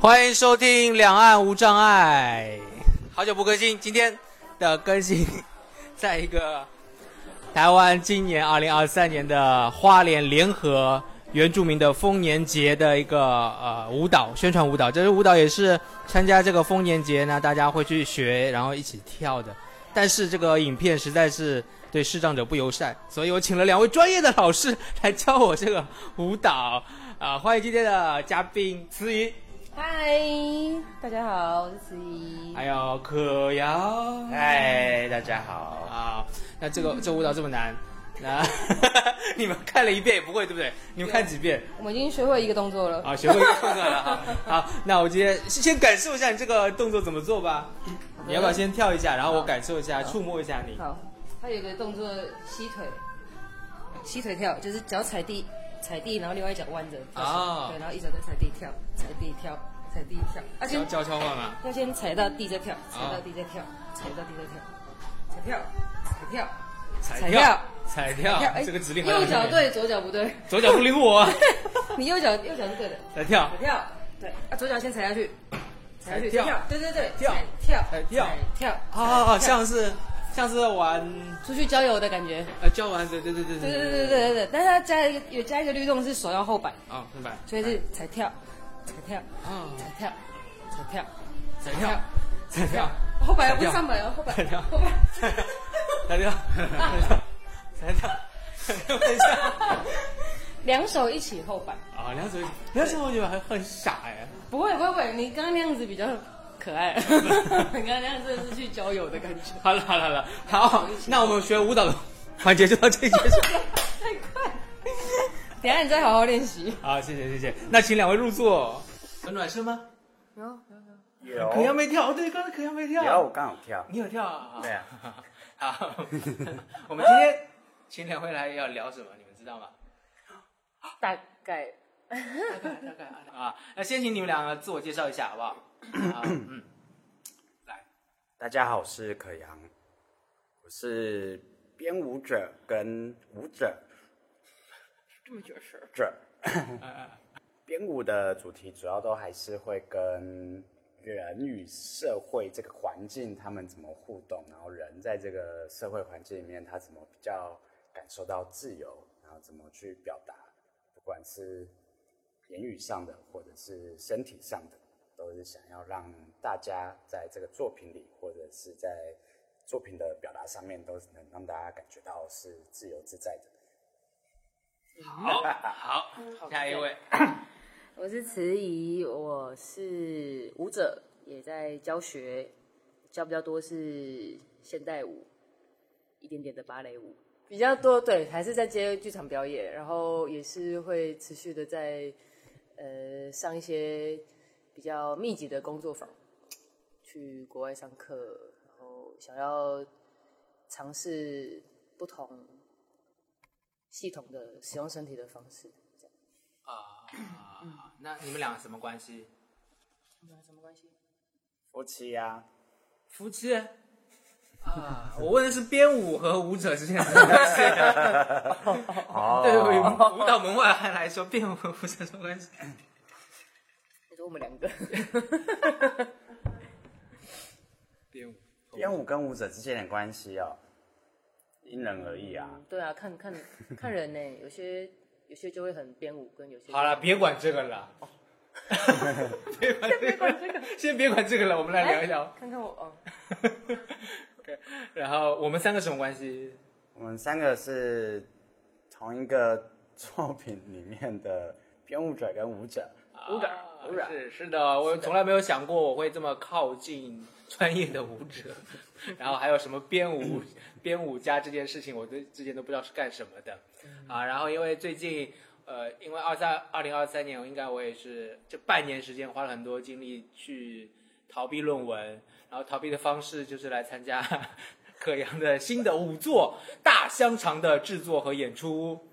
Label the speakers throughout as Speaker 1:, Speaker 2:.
Speaker 1: 欢迎收听《两岸无障碍》，好久不更新，今天的更新在一个台湾今年二零二三年的花莲联合原住民的丰年节的一个呃舞蹈宣传舞蹈，这支舞蹈也是参加这个丰年节呢，大家会去学，然后一起跳的。但是这个影片实在是对视障者不友善，所以我请了两位专业的老师来教我这个舞蹈。啊、欢迎今天的嘉宾慈怡。
Speaker 2: 嗨，大家好，我是慈怡。
Speaker 1: 还有可瑶，
Speaker 3: 嗨，大家好。
Speaker 1: 啊，那这 个这舞蹈这么难，那 你们看了一遍也不会，对不对？你们看几遍
Speaker 2: 我们已经学会一个动作了。
Speaker 1: 啊？学会一个动作 了哈。好，那我今天先感受一下你这个动作怎么做吧。你要不要先跳一下，然后我感受一下，触摸一下你？
Speaker 2: 好，它有一个动作吸腿，吸腿跳，就是脚踩地，踩地，然后另外一脚弯着。
Speaker 1: 哦
Speaker 2: 对，然后一脚在踩地跳，踩地跳，踩地跳。啊，
Speaker 1: 教
Speaker 2: 先
Speaker 1: 教敲换吗？
Speaker 2: 要先踩到地再跳，踩到地再跳，踩到地再跳，踩跳，踩跳，
Speaker 1: 踩
Speaker 2: 跳，踩
Speaker 1: 踩
Speaker 2: 跳。
Speaker 1: 跳，
Speaker 2: 哎
Speaker 1: 啊这个指令好像
Speaker 2: 右脚
Speaker 1: 有点，
Speaker 2: 对，左脚不对。
Speaker 1: 左脚不灵 活啊，
Speaker 2: 你右脚右脚是对的。
Speaker 1: 踩跳
Speaker 2: 踩，跳，对，啊，左脚先踩下去，踩下去，
Speaker 1: 踩跳
Speaker 2: 跳，对对对，
Speaker 1: 跳
Speaker 2: 踩跳，
Speaker 1: 踩跳
Speaker 2: 踩跳，踩跳
Speaker 1: 啊， 像是像是玩
Speaker 2: 出去郊游的感觉，
Speaker 1: 呃教完对对对对
Speaker 2: 对对对对对对，但是它加一个有加一个律动是手要后摆，
Speaker 1: 啊，明白
Speaker 2: 所以是踩跳，踩跳，
Speaker 1: 啊，
Speaker 2: 踩跳，踩跳，
Speaker 1: 踩跳，踩跳。
Speaker 2: 后摆不是上摆哦，后摆
Speaker 1: 踩跳，
Speaker 2: 后 摆，
Speaker 1: 踩跳，踩跳，踩跳一下。
Speaker 2: 两手一起后摆，
Speaker 1: 啊，梁左梁左我觉得很很傻哎，
Speaker 2: 不会不会不会，你刚刚那样子比较可爱， 你刚刚那样真的是去郊游的感觉，
Speaker 1: 好了好了好了，好，那我们学舞蹈的环节就到这里结束。
Speaker 2: 太快了，等一下你再好好练习。
Speaker 1: 好，谢谢谢谢，那请两位入座。有暖身吗？
Speaker 3: 有
Speaker 1: 可要没跳，哦对，刚才可要没跳。
Speaker 3: 有，我，刚好跳。
Speaker 1: 你有跳啊？
Speaker 3: 对啊。
Speaker 1: 好，我们今天请两位来要聊什么，你们知道吗？
Speaker 2: 大概
Speaker 1: 啊，那先请你们两个自我介绍一下 好不好？啊，嗯，来，
Speaker 3: 大家好，我是可阳，我是编舞者跟舞者
Speaker 2: 这么久的事儿， 啊
Speaker 3: 者。编舞的主题主要都还是会跟人与社会这个环境他们怎么互动，然后人在这个社会环境里面他怎么比较感受到自由，然后怎么去表达，不管是言语上的或者是身体上的，都是想要让大家在这个作品里或者是在作品的表达上面，都能让大家感觉到是自由自在的。
Speaker 1: 好，好，下一位，
Speaker 4: 我是慈怡，我是舞者，也在教学，教比较多是现代舞，一点点的芭蕾舞。
Speaker 5: 比较多，对，还是在接剧场表演，然后也是会持续的在呃上一些比较密集的工作坊，去国外上课，然后想要尝试不同系统的使用身体的方式。这样
Speaker 1: 啊，那你们俩什么关系？
Speaker 5: 什么关系？
Speaker 3: 夫妻啊呀、
Speaker 1: 夫妻。啊，我问的是编舞和舞者之间的关系。
Speaker 3: 哦
Speaker 1: 对于舞蹈门外汉来说，编舞和舞者什么关系？
Speaker 5: 你说我们两个
Speaker 1: 编舞。
Speaker 3: 编舞跟舞者之间的关系哦，因人而异啊。
Speaker 5: 对啊，看 看看人呢、有些有些就会很编舞，跟有些
Speaker 1: 好了，别管这个了。别管这个，先别管这个了，我们来聊一聊。
Speaker 5: 哎看看我哦，
Speaker 1: 然后我们三个什么关系？
Speaker 3: 我们三个是同一个作品里面的编舞者跟舞者，
Speaker 1: 舞者，舞者啊是是的，我从来没有想过我会这么靠近 专业的舞者， 然后还有什么编 舞编舞家这件事情，我都之前都不知道是干什么的啊。然后因为最近呃，因为二三二零二三年，我应该我也是这半年时间花了很多精力去逃避论文，然后逃避的方式就是来参加 可阳的新的舞作大香肠的制作和演出。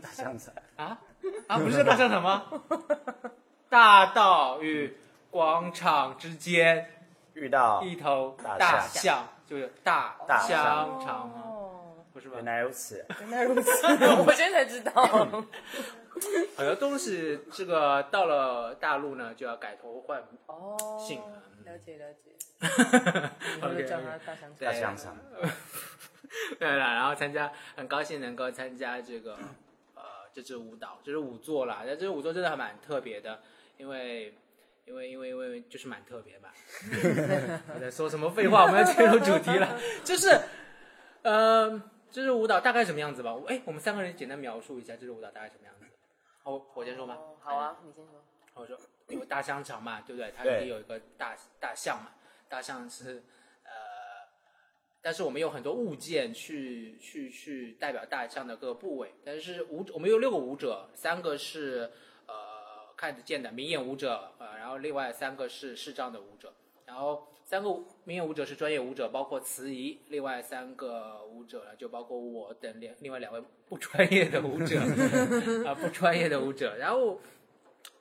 Speaker 3: 大象子。
Speaker 1: 啊啊，不是大商场 吗？大道与广场之间，
Speaker 3: 遇到
Speaker 1: 一头
Speaker 3: 大
Speaker 1: 大
Speaker 3: 象
Speaker 1: 象，哦就是大
Speaker 3: 大
Speaker 1: 香
Speaker 5: 哦
Speaker 1: 肠吗？不是吧
Speaker 3: 原？来如此，
Speaker 5: 原来如此，我现在才知道。
Speaker 1: 很多东西这个到了大陆呢就要改头换
Speaker 5: 哦，
Speaker 1: 姓了
Speaker 5: 了解 了解，以后就
Speaker 1: OK，
Speaker 5: 叫他大香
Speaker 1: 对
Speaker 5: 肠。
Speaker 3: 大香肠，
Speaker 1: 对了，然后参加，很高兴能够参加这个呃这支舞蹈，这支舞作啦。那这支舞作真的还蛮特别的，因为因为因为因为就是蛮特别嘛。我在说什么废话？我们要进入主题了，就是呃这支舞蹈大概什么样子吧？我哎，我们三个人简单描述一下这支舞蹈大概什么样子。好，我我先说吧。哎
Speaker 5: 哦好啊，你先说。
Speaker 1: 我说有大香肠嘛，对不对？它
Speaker 3: 对
Speaker 1: 也有一个大大象嘛，大象是呃，但是我们有很多物件去去去代表大象的各个部位，但是舞我们有六个舞者，三个是呃看得见的明眼舞者，呃，然后另外三个是视障的舞者，然后三个舞明眼舞者是专业舞者，包括慈怡，另外三个舞者呢就包括我等两另外两位不专业的舞者 啊、不专业的舞者，然后。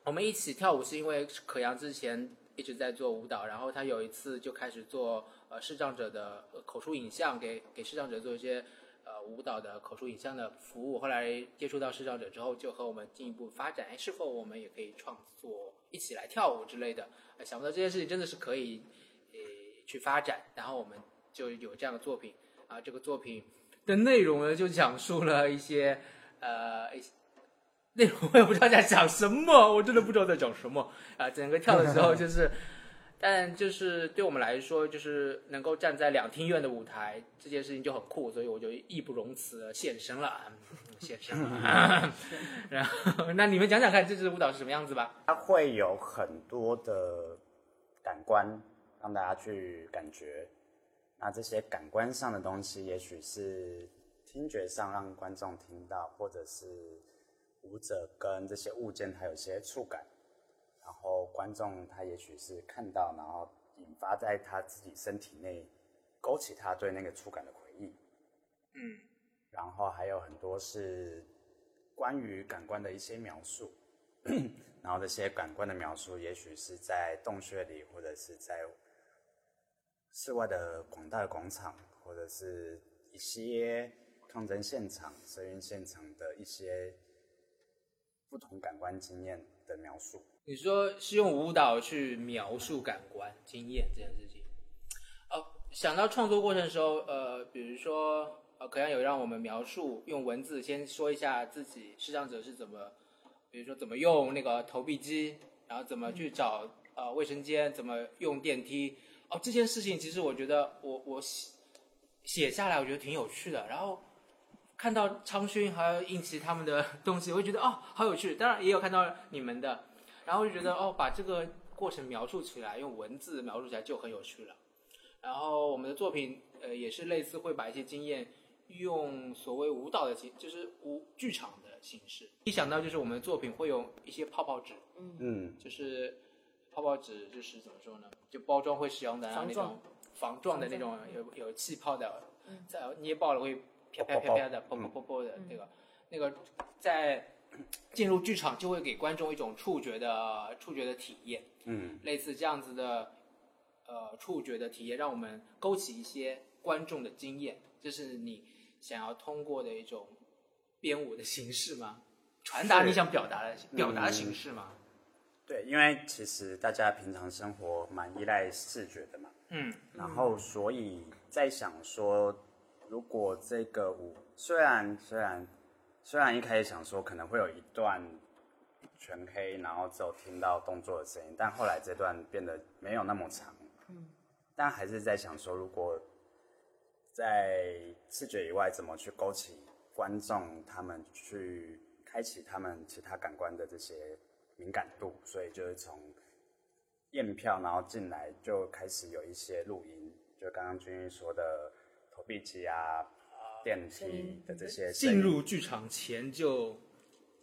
Speaker 1: 我们一起跳舞是因为可阳之前一直在做舞蹈，然后他有一次就开始做呃视障者的呃口述影像，给给视障者做一些呃舞蹈的口述影像的服务。后来接触到视障者之后，就和我们进一步发展，哎，是否我们也可以创作一起来跳舞之类的？呃想不到这件事情真的是可以呃去发展，然后我们就有这样的作品啊、这个作品的内容呢，就讲述了一些呃一些。内容我也不知道在讲什么，我真的不知道在讲什么啊！整个跳的时候就是，但就是对我们来说，就是能够站在两厅院的舞台，这件事情就很酷，所以我就义不容辞地现身了，嗯现身了。 然后，那你们讲讲看，这支舞蹈是什么样子吧？
Speaker 3: 它会有很多的感官让大家去感觉。那这些感官上的东西，也许是听觉上让观众听到，或者是舞者跟这些物件它有些触感，然后观众他也许是看到，然后引发在他自己身体内勾起他对那个触感的回忆。嗯，然后还有很多是关于感官的一些描述。然后这些感官的描述，也许是在洞穴里，或者是在室外的广大的广场，或者是一些抗争现场、声音现场的一些不同感官经验的描述。
Speaker 1: 你说是用舞蹈去描述感官经验这件事情。哦，想到创作过程的时候，呃，比如说，呃，可能有让我们描述用文字先说一下自己视障者是怎么，比如说怎么用那个投币机，然后怎么去找呃卫生间，怎么用电梯。哦，这件事情其实我觉得我我写写下来，我觉得挺有趣的。然后看到昌勋还有应奇他们的 东西，我会觉得哦，好有趣。当然也有看到你们的，然后就觉得哦，把这个过程描述起来，用文字描述起来就很有趣了。然后我们的作品呃也是类似会把一些经验用所谓舞蹈的形，就是舞剧场的形式。一想到就是我们的作品会用一些泡泡纸，
Speaker 3: 嗯，
Speaker 1: 就是泡泡纸就是怎么说呢？就包装会使用的
Speaker 5: 防
Speaker 1: 那
Speaker 5: 撞
Speaker 1: 种防撞的那种有有气泡的，在捏爆了会啪啪
Speaker 3: 啵啵
Speaker 1: 啪
Speaker 3: 啵
Speaker 1: 啪的，啵啵啵啵的那个那个在进入剧场就会给观众一种触觉的触觉的体验，
Speaker 3: 嗯，
Speaker 1: 类似这样子的呃触觉的体验，让我们勾起一些观众的经验，这是你想要通过的一种编舞的形式吗？传达
Speaker 3: 是
Speaker 1: 你想表达的表达的
Speaker 3: 嗯
Speaker 1: 形式吗？
Speaker 3: 对，因为其实大家平常生活蛮依赖视觉的嘛，
Speaker 1: 嗯，
Speaker 3: 然后所以在想说，如果这个舞虽然虽然虽然一开始想说可能会有一段全黑，然后只有听到动作的声音，但后来这段变得没有那么长，嗯，但还是在想说，如果在视觉以外，怎么去勾起观众他们去开启他们其他感官的这些敏感度，所以就是从验票，然后进来就开始有一些录音，就刚刚君君说的投币机啊、电梯的这些声
Speaker 1: 进
Speaker 3: 音
Speaker 1: 入剧场前就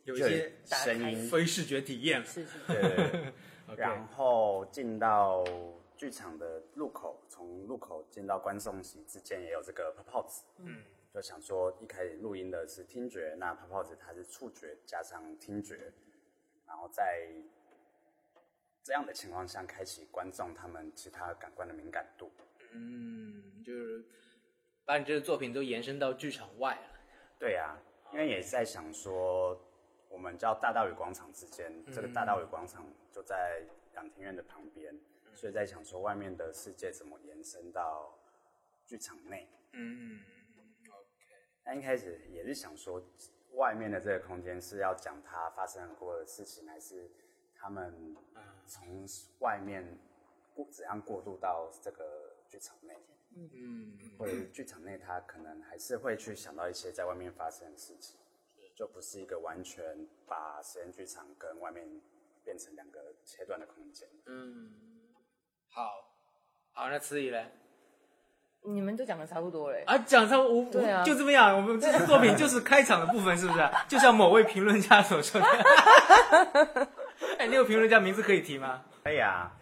Speaker 1: 有一
Speaker 3: 就有
Speaker 1: 些
Speaker 3: 声音，
Speaker 1: 非视觉体验。
Speaker 5: 是 是，
Speaker 3: 对对 对，然后进到剧场的入口，从入口进到观众席之间也有这个泡泡纸，嗯，就想说一开始录音的是听觉，那泡泡纸它是触觉加上听觉，然后在这样的情况下开启观众他们其他感官的敏感度，
Speaker 1: 嗯，就是把你这个作品都延伸到剧场外了。
Speaker 3: 对啊，因为也在想说，我我们叫大道与广场之间，这个大道与广场就在养庭院的旁边，所以在想说外面的世界怎么延伸到剧场内。
Speaker 1: 嗯，
Speaker 3: 那一开始也是想说，外面的这个空间是要讲它发生过的事情，还是他们从外面过怎样过渡到这个剧场内？嗯，或者是剧场内，他可能还是会去想到一些在外面发生的事情，就不是一个完全把实验剧场跟外面变成两个切断的空间。
Speaker 1: 好，好，那词语嘞？
Speaker 5: 你们都讲的差不多嘞。
Speaker 1: 啊，讲上我，
Speaker 5: 对啊
Speaker 1: 我就这么样。我们这个作品就是开场的部分，是不 是？就像某位评论家所说的。 哎，那个评论家名字可以提吗？
Speaker 3: 可以啊，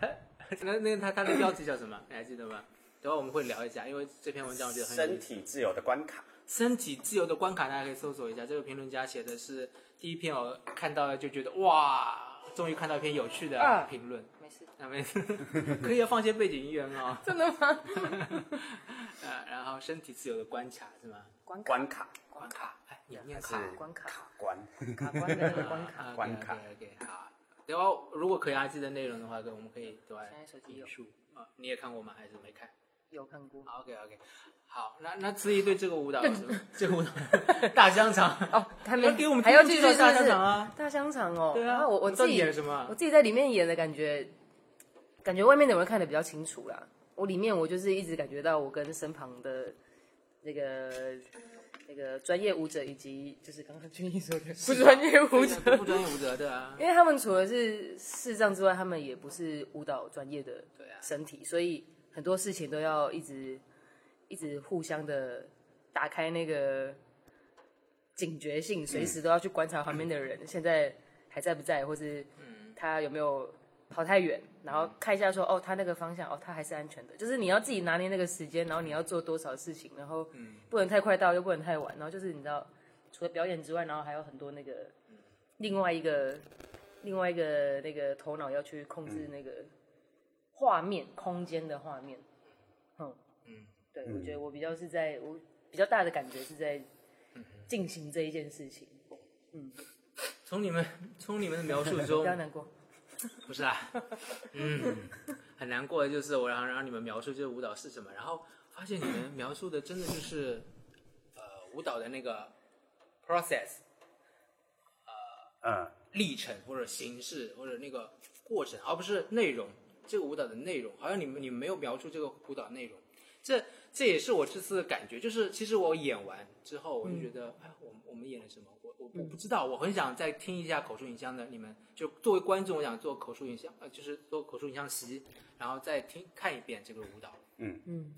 Speaker 1: 那那他他的标题叫什么？你还记得吗？等会我们会聊一下，因为这篇文章我觉得很有
Speaker 3: 身
Speaker 1: 意思。
Speaker 3: 体自由的关卡，
Speaker 1: 身体自由的关卡，大家可以搜索一下。这个评论家写的是第一篇，我看到了就觉得哇，终于看到一篇有趣的
Speaker 5: 啊
Speaker 1: 评论。
Speaker 2: 没事，
Speaker 1: 那 没事，可以要放些背景音乐吗？
Speaker 5: 真的吗？
Speaker 1: 呃，然后身体自由的关卡是吗？
Speaker 5: 关卡
Speaker 3: 关卡
Speaker 1: 关卡，哎，你念
Speaker 3: 是
Speaker 1: 卡。
Speaker 5: 关卡
Speaker 3: 卡关，
Speaker 5: 卡关的那个关卡，
Speaker 1: 啊
Speaker 3: 关卡
Speaker 1: OK，好。然后如果可以阿基的内容的话，对，我们可以对吧？
Speaker 5: 现在手机
Speaker 1: 引
Speaker 5: 有
Speaker 1: 述啊，你也看过吗？还是没看
Speaker 5: 有看过。
Speaker 1: ？OK OK，好，那那子怡对这个舞蹈有什么， 这个舞蹈大香肠
Speaker 5: 哦，还没
Speaker 1: 要 给我们
Speaker 5: 还要
Speaker 1: 听
Speaker 5: 继
Speaker 1: 众
Speaker 5: 续
Speaker 1: 介绍
Speaker 5: 是
Speaker 1: 大香
Speaker 5: 不是
Speaker 1: 肠啊
Speaker 5: 大香肠哦。
Speaker 1: 对啊
Speaker 5: 然后我我
Speaker 1: 你
Speaker 5: 自
Speaker 1: 到底
Speaker 5: 己
Speaker 1: 演了什么啊
Speaker 5: 我自己在里面演的感觉，感觉外面的人看的比较清楚啦。我里面我就是一直感觉到我跟身旁的那个那个专业舞者以及就是刚刚君毅说的 不专业舞
Speaker 1: 对啊
Speaker 5: 者
Speaker 1: 不，专业舞者对 啊，
Speaker 5: 因为他们除了是视障之外，他们也不是舞蹈专业的
Speaker 1: 对啊
Speaker 5: 身体，所以很多事情都要一直一直互相的打开那个警觉性，随时都要去观察旁边的人、现在还在不在，或是他有没有跑太远，然后看一下说哦，他那个方向哦，他还是安全的，就是你要自己拿捏那个时间，然后你要做多少事情，然后不能太快到，又不能太晚，然后就是你知道，除了表演之外，然后还有很多那个另外一个另外一个那个头脑要去控制那个画面、空间的画面。嗯对，我觉得我比较是在我比较大的感觉是在进行这一件事情，
Speaker 1: 从你们从你们的描述
Speaker 5: 不
Speaker 3: 嗯
Speaker 1: 中，
Speaker 5: 要难过。
Speaker 1: 不是 啊，嗯，很难过的就是我让让你们描述这个舞蹈是什么，然后发现你们描述的真的就是呃舞蹈的那个 process
Speaker 3: 嗯，
Speaker 1: 历程或者形式或者那个过程，而不是内容。这个舞蹈的内容，好像你们你们没有描述这个舞蹈内容。这这也是我这次的感觉，就是其实我演完之后，我就觉得，哎，我们我们演了什么？我我我不知道，我很想再听一下口述影像的你们，就作为观众，我想做口述影像，呃，就是做口述影像席，然后再听看一遍这个舞蹈。
Speaker 3: 嗯
Speaker 1: 嗯，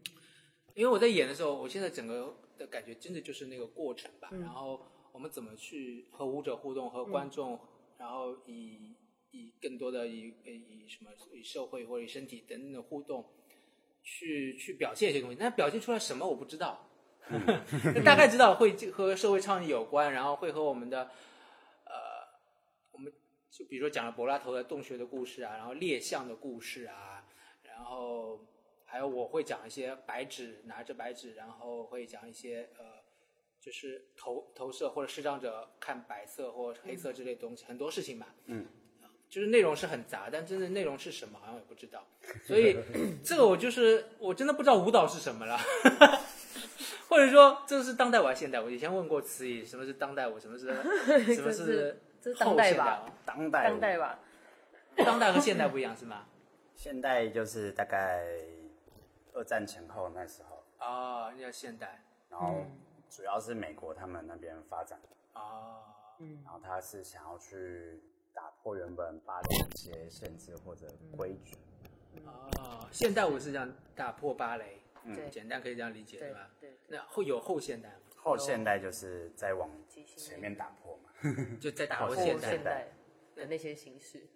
Speaker 1: 因为我在演的时候，我现在整个的感觉真的就是那个过程吧。然后我们怎么去和舞者互动，和观众，然后以以更多的以呃以什么以社会或者以身体等等的互动，去去表现一些东西。那表现出来什么我不知道， 大概知道会和社会倡议有关，然后会和我们的呃，我们就比如说讲了柏拉图的洞穴的故事啊，然后猎象的故事啊，然后还有我会讲一些白纸拿着白纸，然后会讲一些呃。就是投投射或者视障者看白色或黑色之类的东西，很多事情吧。啊
Speaker 3: 嗯，
Speaker 1: 就是内容是很杂，但真的内容是什么好像也不知道。所以这个我就是我真的不知道舞蹈是什么了， 或者说这是当代舞还是现代舞？以前问过词语，什么是当代舞， 什么是什么是
Speaker 5: 这是当代吧
Speaker 1: 后现
Speaker 3: 当代
Speaker 5: 当
Speaker 3: 舞
Speaker 5: 代吧，
Speaker 1: 代舞？ 当代和现代不一样是吗？
Speaker 3: 现代就是大概二战前后那时候，
Speaker 1: 哦，那叫现代
Speaker 3: 然后
Speaker 5: 嗯
Speaker 3: 主要是美国他们那边发展，
Speaker 1: 哦，
Speaker 3: 然后他是想要去打破原本芭蕾一些限制或者规矩，
Speaker 5: 嗯
Speaker 1: 哦，现代舞是这样打破芭蕾，
Speaker 3: 嗯
Speaker 5: 对
Speaker 1: 简单可以这样理解
Speaker 5: 对
Speaker 3: 啊
Speaker 1: 吧？
Speaker 5: 对，
Speaker 1: 那后有后现代吗？
Speaker 3: 后现代就是在往前面打破
Speaker 5: 嗯
Speaker 3: 嘛。
Speaker 1: 就在打破
Speaker 3: 后
Speaker 5: 对
Speaker 1: 现
Speaker 5: 后
Speaker 1: 代。
Speaker 5: 现代的那些形式，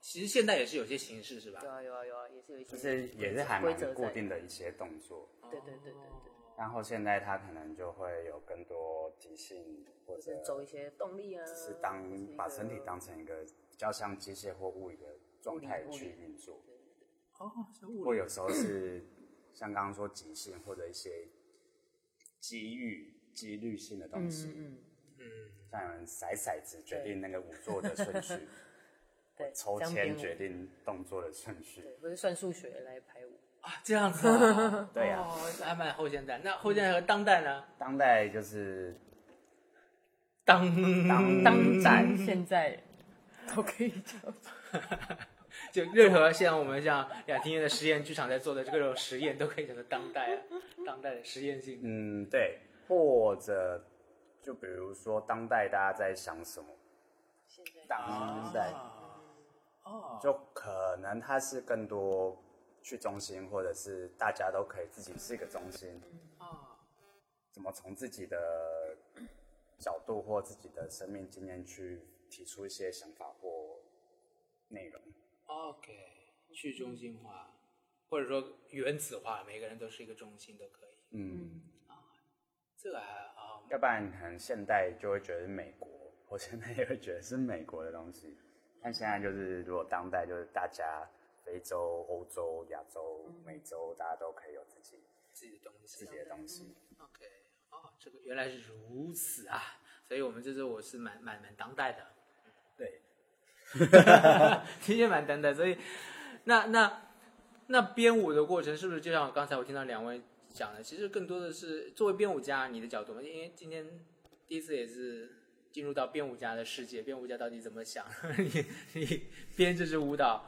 Speaker 1: 其实现代也是有些形式是吧
Speaker 5: 有？啊有啊有啊，也是有一些，
Speaker 3: 就是也是还
Speaker 5: 规
Speaker 3: 蛮
Speaker 5: 则
Speaker 3: 固
Speaker 5: 在嗯
Speaker 3: 定的一些动作，
Speaker 5: 对对对对对，
Speaker 3: 然后现代它可能就会有更多即兴或
Speaker 5: 就
Speaker 3: 者
Speaker 5: 是走一些动力啊，
Speaker 3: 是当
Speaker 5: 或一个
Speaker 3: 把身体当成一个比较像机械或物理的状态
Speaker 5: 物理
Speaker 3: 去运作，
Speaker 1: 哦，是物
Speaker 3: 或
Speaker 1: 理。
Speaker 3: 有时候是像刚刚说即兴或者一些机遇、几率性的东西，
Speaker 5: 嗯
Speaker 3: 像有人骰骰子决定那个舞作的顺序，
Speaker 5: 对，
Speaker 3: 抽
Speaker 5: 这样编
Speaker 3: 签
Speaker 5: 舞
Speaker 3: 决定动作的顺序。
Speaker 5: 对，或者算数学来排舞。
Speaker 1: 啊，这样子啊，
Speaker 3: 对啊
Speaker 1: 哦，还蛮后现代。那后现代和当代呢？
Speaker 3: 当代就是
Speaker 1: 当
Speaker 3: 当
Speaker 5: 嗯当代现在都可以叫
Speaker 1: 就任何像我们像雅婷院的实验剧场在做的这种实验，都可以叫做当代啊，当代的实验性。
Speaker 3: 嗯，对，或者就比如说当代大家在想什么，当代
Speaker 1: 哦，
Speaker 3: 就可能它是更多去中心，或者是大家都可以自己是一个中心，
Speaker 1: 哦
Speaker 3: 怎么从自己的角度或自己的生命经验去提出一些想法或内容。
Speaker 1: ，OK，去中心化，嗯或者说原子化，每个人都是一个中心都可以。啊
Speaker 3: 嗯，
Speaker 1: 这个还啊、
Speaker 3: 要不然可能现代就会觉得是美国，我现在也会觉得是美国的东 西，但现在就是如果当代就是大家非洲、欧洲、亚洲、美洲，大家都可以有自己
Speaker 1: 自己的东西
Speaker 3: 自己的东西。
Speaker 1: OK，哦，这个原来是如此啊，所以我们这次我是蛮蛮蛮当代的，
Speaker 3: 对，
Speaker 1: 的确蛮当代，所以那那那编舞的过程是不是就像刚才我听到两位讲的，其实更多的是作为编舞家你的角度嘛，因为今天第一次也是。进入到编舞家的世界，编舞家到底怎么想？ 你你编这支舞蹈，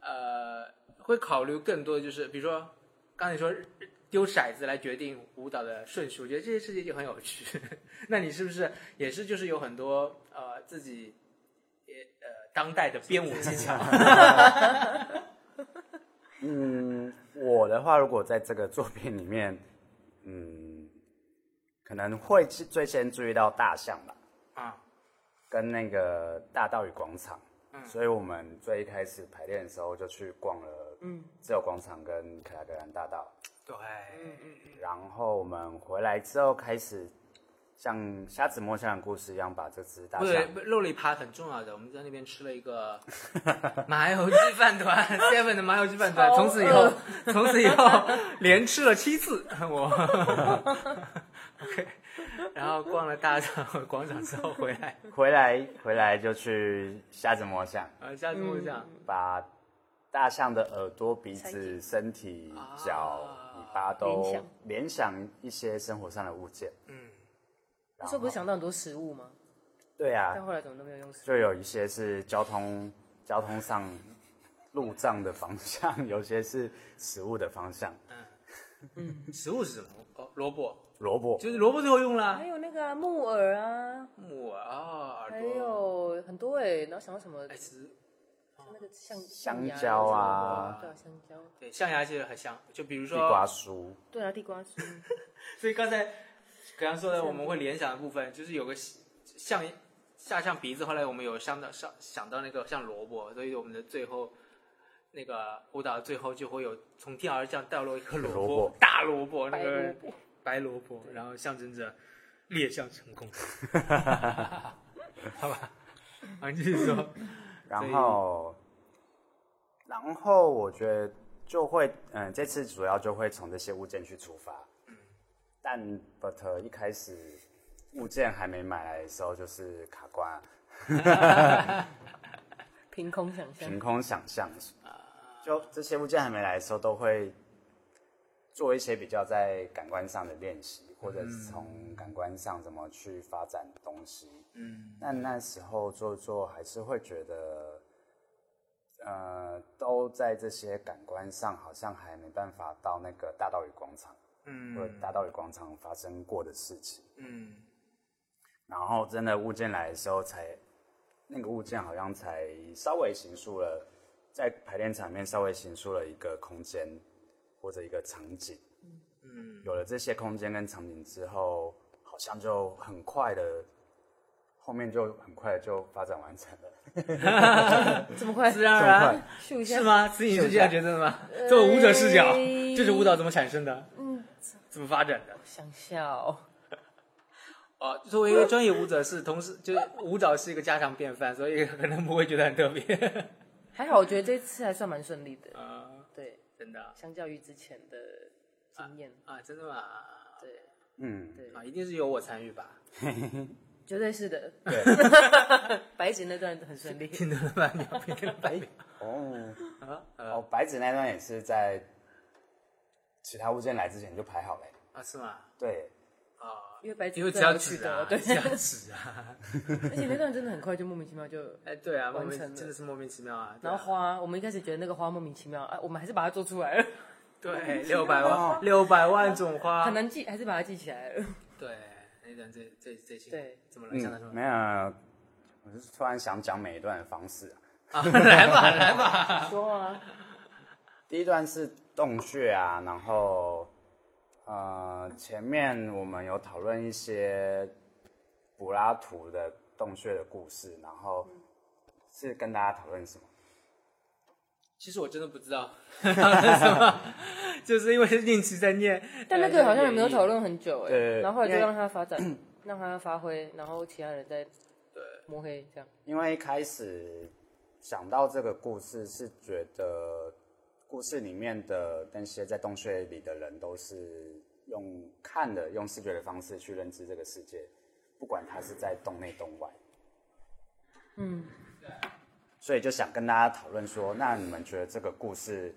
Speaker 1: 呃，会考虑更多的就是，比如说刚才说丢骰子来决定舞蹈的顺序，我觉得这些事情就很有趣。 那你是不是也是就是有很多呃自己也呃当代的编舞技 巧？
Speaker 3: 嗯，我的话，如果在这个作品里面，嗯，可能会是最先注意到大象吧，
Speaker 1: 啊，
Speaker 3: 跟那个大道与广场。所以我们最一开始排练的时候就去逛了，嗯，自由广场跟克莱格兰大道。
Speaker 1: 对，嗯
Speaker 3: 然后我们回来之后开始，像瞎子摸象的故事一样，把这只大
Speaker 1: 不
Speaker 3: 象
Speaker 1: 对，不漏了一趴很重要的，我们在那边吃了一 个麻油鸡饭团 ，seven 的麻油鸡饭团，从此以后，从此以后连吃了七次，我，OK，然 后逛了大场广场之后回来，
Speaker 3: 回来，回来就去瞎子摸象，
Speaker 1: 呃，下次我讲。
Speaker 3: 把大象的耳朵、鼻子、身体、脚、尾巴
Speaker 5: 联
Speaker 3: 都
Speaker 5: 想
Speaker 3: 联想一些生活上的物件。
Speaker 1: 嗯
Speaker 5: 那时候不是想到很多食物吗？
Speaker 3: 对啊，
Speaker 5: 但后来怎么都没有用食物。
Speaker 3: 就有一些是交通交通上路障的方向， 有些是食物的方向。
Speaker 1: 食物是什么？哦，萝卜，
Speaker 3: 萝卜，
Speaker 1: 就是萝卜最后用了
Speaker 5: 还。有那个啊、木耳啊，
Speaker 1: 木耳啊，耳
Speaker 5: 还
Speaker 1: 朵，
Speaker 5: 有很多哎、然后想到什么
Speaker 1: 哎，是
Speaker 5: 那个香
Speaker 3: 香
Speaker 5: 香
Speaker 3: 蕉啊
Speaker 5: 对啊，香蕉，
Speaker 1: 对，象牙其实很香。就比如
Speaker 3: 地
Speaker 1: 说，
Speaker 3: 瓜酥，
Speaker 5: 对啊，地瓜酥，
Speaker 1: 所以刚才可阳说的，我们会联想的部分，就是有个像下象鼻子，后来我们有想到上想到那个像萝卜，所以我们的最后那个舞蹈最后就会有从天而降掉落一颗萝
Speaker 3: 萝卜
Speaker 1: 大萝卜，那
Speaker 5: 白
Speaker 1: 个
Speaker 5: 萝卜，
Speaker 1: 白萝卜，然后象征着猎象成功，好吧？ 啊，你继续说，
Speaker 3: 然后，然后我觉得就会，嗯，这次主要就会从这些物件去出发。但 but 一开始物件还没买来的时候，就是卡关，
Speaker 5: 凭空想象
Speaker 3: 凭。空想象。
Speaker 1: 啊
Speaker 3: 就这些物件还没来的时候，都会做一些比较在感官上的练习，
Speaker 1: 嗯
Speaker 3: 或者是从感官上怎么去发展东西。嗯，但那时候做做还是会觉得，呃，都在这些感官上，好像还没办法到那个大道与广场，
Speaker 1: 嗯
Speaker 3: 或者大道与广场发生过的事情。
Speaker 1: 嗯，
Speaker 3: 然后真的物件来的时候才，那个物件好像才稍微形塑了，在排练场里面稍微形塑了一个空间或者一个场景。嗯，有了这些空间跟场景之后，好像就很快的，后面就很快地就发展完成了。
Speaker 5: 这么快？
Speaker 1: 自然而然。
Speaker 5: 秀一
Speaker 1: 啊
Speaker 5: 下
Speaker 1: 是？吗？子颖是这样觉得的吗？
Speaker 5: 呃
Speaker 1: 作为舞者视角，这支舞蹈怎么产生的？嗯，怎么发展的？
Speaker 5: 想笑。
Speaker 1: 哦，作为一个专业舞者是，同时就是舞蹈是一个家常便饭，所以 可能不会觉得很特别。
Speaker 5: 还好，我觉得这次还算蛮顺利的。
Speaker 1: 啊，
Speaker 5: 对，
Speaker 1: 真的啊
Speaker 5: 相较于之前的经验，
Speaker 1: 啊啊，真的吗？
Speaker 5: 对，
Speaker 3: 嗯，
Speaker 5: 对，
Speaker 1: 啊，一定是有我参与吧？
Speaker 5: 绝对是的。
Speaker 3: 对，
Speaker 5: 白纸那段很顺利，
Speaker 1: 听得白鸟变
Speaker 5: 哎
Speaker 1: 成白鸟
Speaker 3: 哦，
Speaker 1: 啊
Speaker 3: 哦，白纸那段也是在其他物件来之前就排好了。
Speaker 1: 啊是吗？
Speaker 3: 对，
Speaker 1: 啊，
Speaker 5: 因为白纸
Speaker 1: 因为只
Speaker 5: 最
Speaker 1: 要
Speaker 5: 后取
Speaker 1: 纸
Speaker 5: 得
Speaker 1: 啊，
Speaker 5: 对，
Speaker 1: 只要纸啊，
Speaker 5: 而且那段真的很快就莫名其妙就。
Speaker 1: 哎对啊，莫
Speaker 5: 完
Speaker 1: 名
Speaker 5: 成了
Speaker 1: 真的是莫名其妙啊。对啊
Speaker 5: 然后花，我们一开始觉得那个花莫名其妙，哎、我们还是把它做出来了，
Speaker 1: 对六百
Speaker 5: 哦
Speaker 1: 万六百万种花
Speaker 5: 很，难记，还是把它记起来了。
Speaker 1: 对，那段最最最新，
Speaker 5: 对，
Speaker 1: 怎么了？想到什
Speaker 3: 嗯，
Speaker 1: 么？
Speaker 3: 没有，我是突然想讲每一段的方式
Speaker 1: 啊，
Speaker 3: 啊。
Speaker 1: 来吧来吧，
Speaker 5: 说啊，
Speaker 3: 第一段是洞穴啊，然后呃，前面我们有讨论一些柏拉图的洞穴的故事，然后是跟大家讨论什么？
Speaker 1: 其实我真的不知道， 什么 就是因为令奇在念，
Speaker 5: 但那
Speaker 1: 呃
Speaker 5: 个好像也没有讨。
Speaker 1: 演绎
Speaker 5: 论很久哎、
Speaker 3: 对
Speaker 5: 然后后来就
Speaker 3: 因为
Speaker 5: 让它发展，让它发挥，然后其他人在摸黑这样。
Speaker 3: 因为一开始想到这个故事，是觉得故事里面的那些在洞穴里的人都是用看的、用视觉的方式去认知这个世界，不管他是在洞内洞外。嗯，所以就想跟大家讨论说，那你们觉得这个故事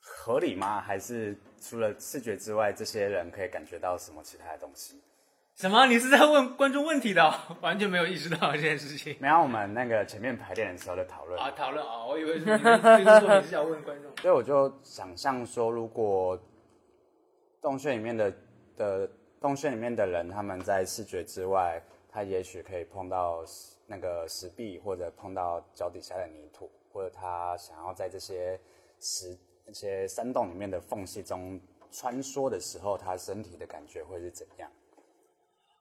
Speaker 3: 合理吗？还是除了视觉之外，这些人可以感觉到什么其他的东西？
Speaker 1: 什么？你是在问观众问题的 哦、完全没有意识到这件事情
Speaker 3: 没有，我们那个前面排练的时候就讨论
Speaker 1: 啊！讨论啊、我以为是你们这个作品是要问观众。
Speaker 3: 所以我就想象说，如果洞穴里面的的洞穴里面的人，他们在视觉之外，他也许可以碰到石那个石壁，或者碰到脚底下的泥土，或者他想要在这些石那些山洞里面的缝隙中穿梭的时候，他身体的感觉会是怎样？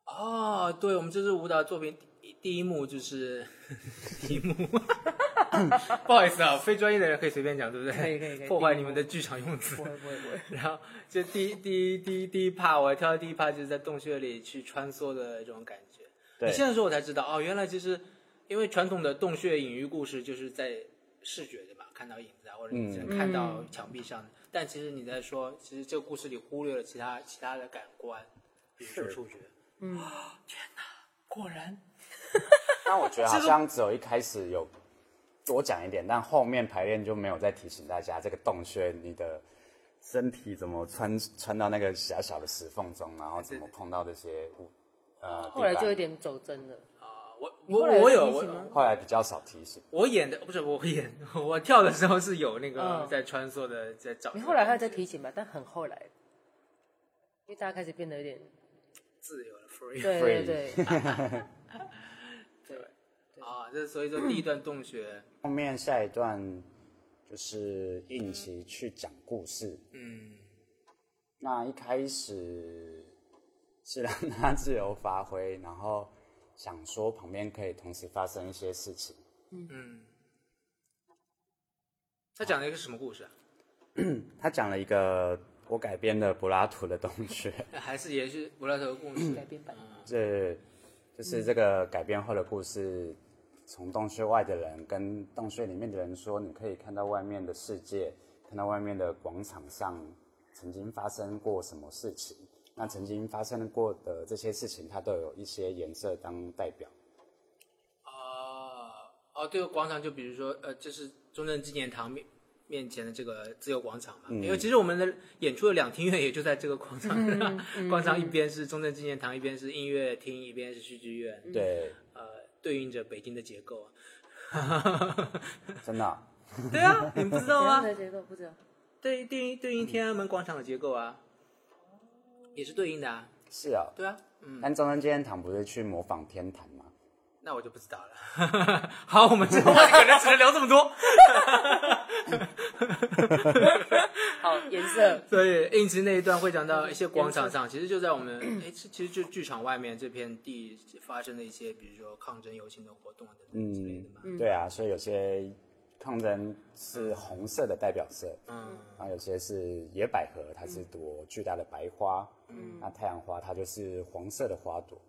Speaker 1: 哦，对，我们这支舞蹈作品第第一幕就是 第一 幕，不好意思啊，非专业的人可以随便讲，对不对？
Speaker 5: 可以可以可以
Speaker 1: 破坏你们的剧场用词
Speaker 5: 不。会不会不会，
Speaker 1: 然后就第一第一第一第一趴，我跳到第一趴就是在洞穴里去穿梭的一种感觉。
Speaker 3: 对
Speaker 1: 你现在说我才知道哦，原来其实因为传统的洞穴隐喻故事就是在视觉对吧？看到影子啊，或
Speaker 3: 嗯
Speaker 1: 者你只能看到墙壁上的。但其实你在说，其实这个故事里忽略了其他其他的感官，比如说
Speaker 3: 是
Speaker 1: 触觉。嗯，天哪，果然
Speaker 3: 那我觉 得好像只有一开始有多讲一点，但后面排练就没有再提醒大家这个洞穴，你的身体怎么穿穿到那个狭小的石缝中，然后怎么碰到这些物呃
Speaker 5: 后来
Speaker 3: 地板
Speaker 5: 就有点走真了。
Speaker 1: 啊、我
Speaker 5: 你后来
Speaker 1: 我我有
Speaker 5: 提
Speaker 1: 我
Speaker 5: 醒吗
Speaker 3: 后来比较少提醒，
Speaker 1: 我演的不是我演， 我跳的时候是有那个
Speaker 5: 嗯
Speaker 1: 在穿梭的在找。
Speaker 5: 你后来还有在提醒吧，但很后来，因为大家开始变得有点，
Speaker 1: 自由了 free
Speaker 5: 对对对，对，
Speaker 1: 啊，这所以说第一段洞穴，
Speaker 3: 后面下一段就是应奇去讲故事，
Speaker 1: 嗯，
Speaker 3: 那一开始是让他自由发挥，然后想说旁边可以同时发生一些事情。
Speaker 1: 他讲了一个什么故事啊？
Speaker 3: 他讲了一个我改编的柏拉图的洞穴，
Speaker 1: 还是也是柏拉图的故 事
Speaker 5: 改编版。
Speaker 3: 这就是这个改编后的故事。从洞穴外的人跟洞穴里面的人说，你可以看到外面的世界，看到外面的广场上曾经发生过什么事情。那曾经发生过的这些事情，它都有一些颜色当代表。
Speaker 1: 啊？哦，这个广场就比如说，呃，就是中正纪念堂面面前的这个自由广场嘛。因为其实我们的演出的两厅院也就在这个广场上， 广场一边是中正纪念堂，一边是音乐厅，一边是戏剧院，
Speaker 3: 对，
Speaker 1: 呃，对应着北京的结构。啊
Speaker 3: 真的啊、
Speaker 1: 对啊，你们不知道
Speaker 5: 这
Speaker 1: 吗
Speaker 5: 样？的结构不知道，
Speaker 1: 对对应对应天安门广场的结构啊，也是对应的啊。
Speaker 3: 是啊、
Speaker 1: 对啊，嗯，
Speaker 3: 但中山纪念堂不是去模仿天坛吗？
Speaker 1: 那我就不知道了。 好，我们这个话题可能只能聊这么多。
Speaker 5: 好颜色，
Speaker 1: 所以应急那一段会讲到一些广场上，其实就在我们哎，其其实就剧场外面这片地发生的一些，比如说抗争游行的活动啊等等之类的嘛。
Speaker 3: 对啊，所以有些抗争是红色的代表色，
Speaker 1: 嗯，
Speaker 3: 然后有些是野百合，它是朵巨大的白花，嗯，那太阳花它就是黄色的花朵，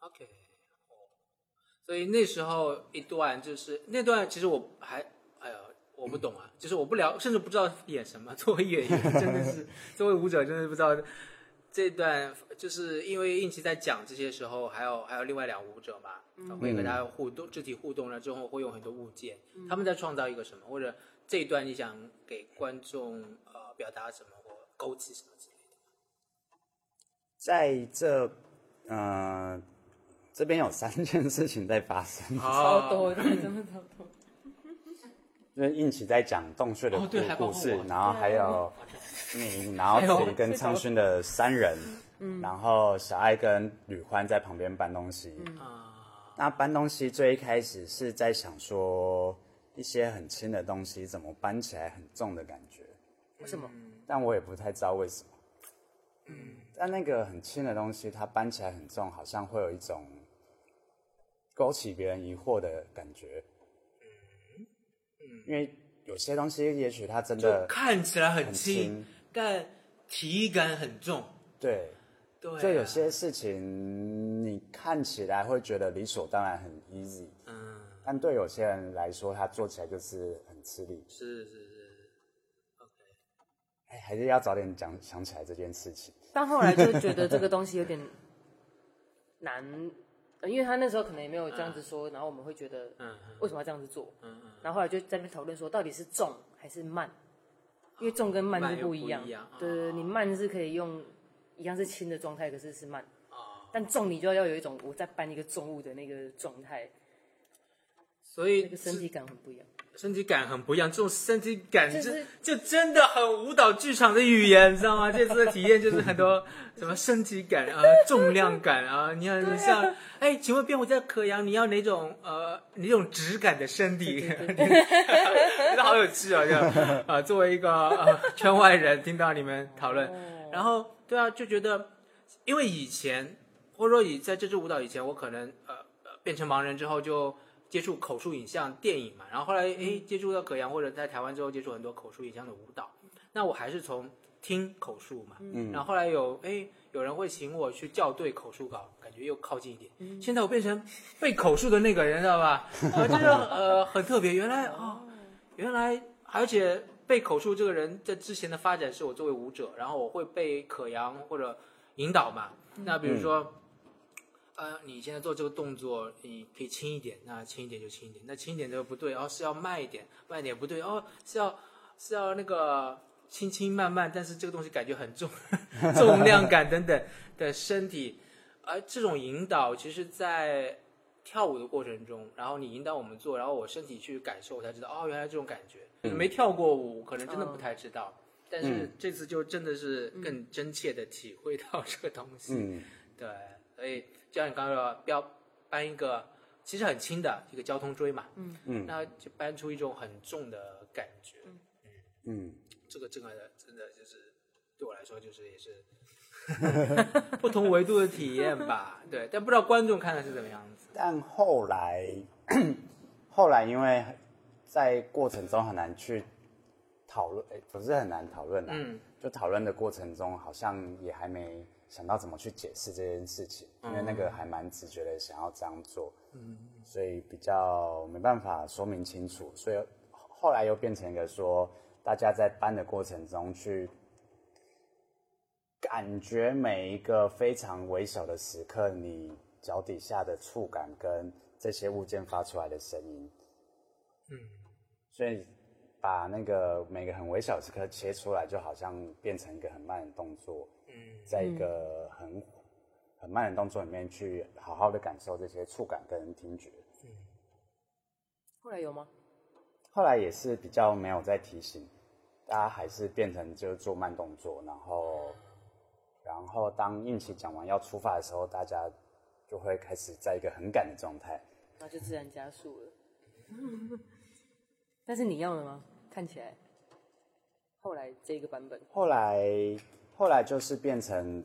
Speaker 1: OK，所以那时候一段就是那段，其实我还哎呀，我我不懂啊，就是我不了，甚至不知道演什么。 作为演员，真的 是作为舞者，真的是不知道这段，就是因为应奇在讲这些时候，还有还有另外两个舞者嘛，
Speaker 5: 嗯
Speaker 1: 会和他互动，肢体互动了之后，会有很多物件，
Speaker 5: 嗯
Speaker 1: 他们在创造一个什么，或者这一段你想给观众呃表达什么，或勾起什么之类的。
Speaker 3: 在这，呃，这边有三件事情在发生，
Speaker 1: 好
Speaker 5: 多的，真的超多。
Speaker 3: 就是应起在讲洞穴的
Speaker 1: 哦
Speaker 3: 故
Speaker 1: 对还包括
Speaker 3: 故事
Speaker 1: 我，
Speaker 3: 然后还有你，然后子怡跟昌勋的三人，然后小爱跟吕欢在旁边搬东西。那搬东西最一开始是在想说一些很轻的东西怎么搬起来很重的感觉，
Speaker 5: 为什么？
Speaker 3: 但我也不太知道为什么。但那个很轻的东西，它搬起来很重，好像会有一种勾起别人疑惑的感觉。因为有些东西，也许它真
Speaker 1: 嗯就
Speaker 3: 的
Speaker 1: 看起来很
Speaker 3: 很
Speaker 1: 轻
Speaker 3: 轻，
Speaker 1: 但体感很重。
Speaker 3: 对，
Speaker 1: 对、啊，
Speaker 3: 就有些事情你看起来会觉得理所当然很 easy，
Speaker 1: 嗯，
Speaker 3: 但对有些人来说，他做起来就是很吃力。
Speaker 1: 是是是，
Speaker 3: 哎，还是要早点讲想起来这件事情。
Speaker 5: 但后来就觉得这个东西有点难，呃因为他那时候可能也没有这样子说，然后我们会觉得
Speaker 1: 嗯
Speaker 5: 为什么要这样子做？
Speaker 1: 嗯嗯，
Speaker 5: 然后后来就在那边讨论说，到底是重还是慢？因为重跟慢
Speaker 1: 慢
Speaker 5: 是
Speaker 1: 又
Speaker 5: 不
Speaker 1: 不
Speaker 5: 一样
Speaker 1: 一样。
Speaker 5: 对
Speaker 1: 哦
Speaker 5: 对，对你慢是可以用一样是轻的状态，可是是慢。
Speaker 1: 啊
Speaker 5: 但重你就要有一种我在搬一个重物的那个状态，
Speaker 1: 所以
Speaker 5: 那个身体感很不一样。
Speaker 1: 身体感很不一样，这种身体感
Speaker 5: 就
Speaker 1: 这
Speaker 5: 是
Speaker 1: 这真的很舞蹈剧场的语言，你知道 吗？这次的体验就是很多 什么身体感啊、重量感啊，你看像哎，请问编舞家可阳，你要哪种呃哪种质感的身体？ 真的好有趣啊！就呃，作为一个呃圈外人，听到你们讨
Speaker 5: 哦
Speaker 1: 论，然后对啊，就觉得因为以前或者说以在这支舞蹈以前，我可能呃呃变成盲人之后就接触口述影像电影嘛，然后后来诶接触到葛阳或者在台湾之后接触很多口述影像的舞蹈，那我还是从听口述嘛，嗯，然后后来有诶有人会请我去校对口述稿，感觉又靠近一点。现在我变成被口述的那个人，知道 吧？我觉得呃很特别，原来哦，原来而且被口述这个人在之前的发展是我作为舞者，然后我会被可扬或者引导嘛。那比如说，呃，你现在做这个动作，你可以轻一点，那轻一点就轻一点，那轻一点就不对，哦是要慢一点，慢一点不对，哦是要是要那个轻轻慢慢，但是这个东西感觉很重， 重量感等等的身体，而这种引导其实，在跳舞的过程中，然后你引导我们做，然后我身体去感受，我才知道哦，原来这种感觉。没跳过舞，可能真的不太知道。但是
Speaker 3: 嗯
Speaker 1: 这次就真的是更真切的体会到这个东西。
Speaker 3: 嗯，
Speaker 1: 对，所以就像你刚刚说，不要搬一个其实很轻的一个交通锥嘛，嗯
Speaker 3: 嗯
Speaker 1: 那就搬出一种很重的感觉。
Speaker 3: 嗯，
Speaker 1: 这个这个真的就是对我来说就是也是不同维度的体验吧。对，但不知道观众看的是怎么样子。
Speaker 3: 但后来， 后来因为在过程中很难去讨论，诶不是很难讨论啦，
Speaker 1: 嗯
Speaker 3: 就讨论的过程中，好像也还没想到怎么去解释这件事情，因为那个还蛮直觉的，想要这样做，所以比较没办法说明清楚，所以后来又变成一个说，大家在搬的过程中去感觉每一个非常微小的时刻，你脚底下的触感跟这些物件发出来的声音，嗯，所以把那个每个很微小的时刻切出来，就好像变成一个很慢的动作，嗯，在一个很很慢的动作里面去好好的感受这些触感跟听觉。
Speaker 5: 后来有吗？
Speaker 3: 后来也是比较没有再提醒，大家还是变成就是做慢动作，然后，然后当应期讲完要出发的时候，大家就会开始在一个很赶的状态。
Speaker 5: 那就自然加速了。 但是你要了吗？看起来，后来这个版本
Speaker 3: 后来，后来就是变成，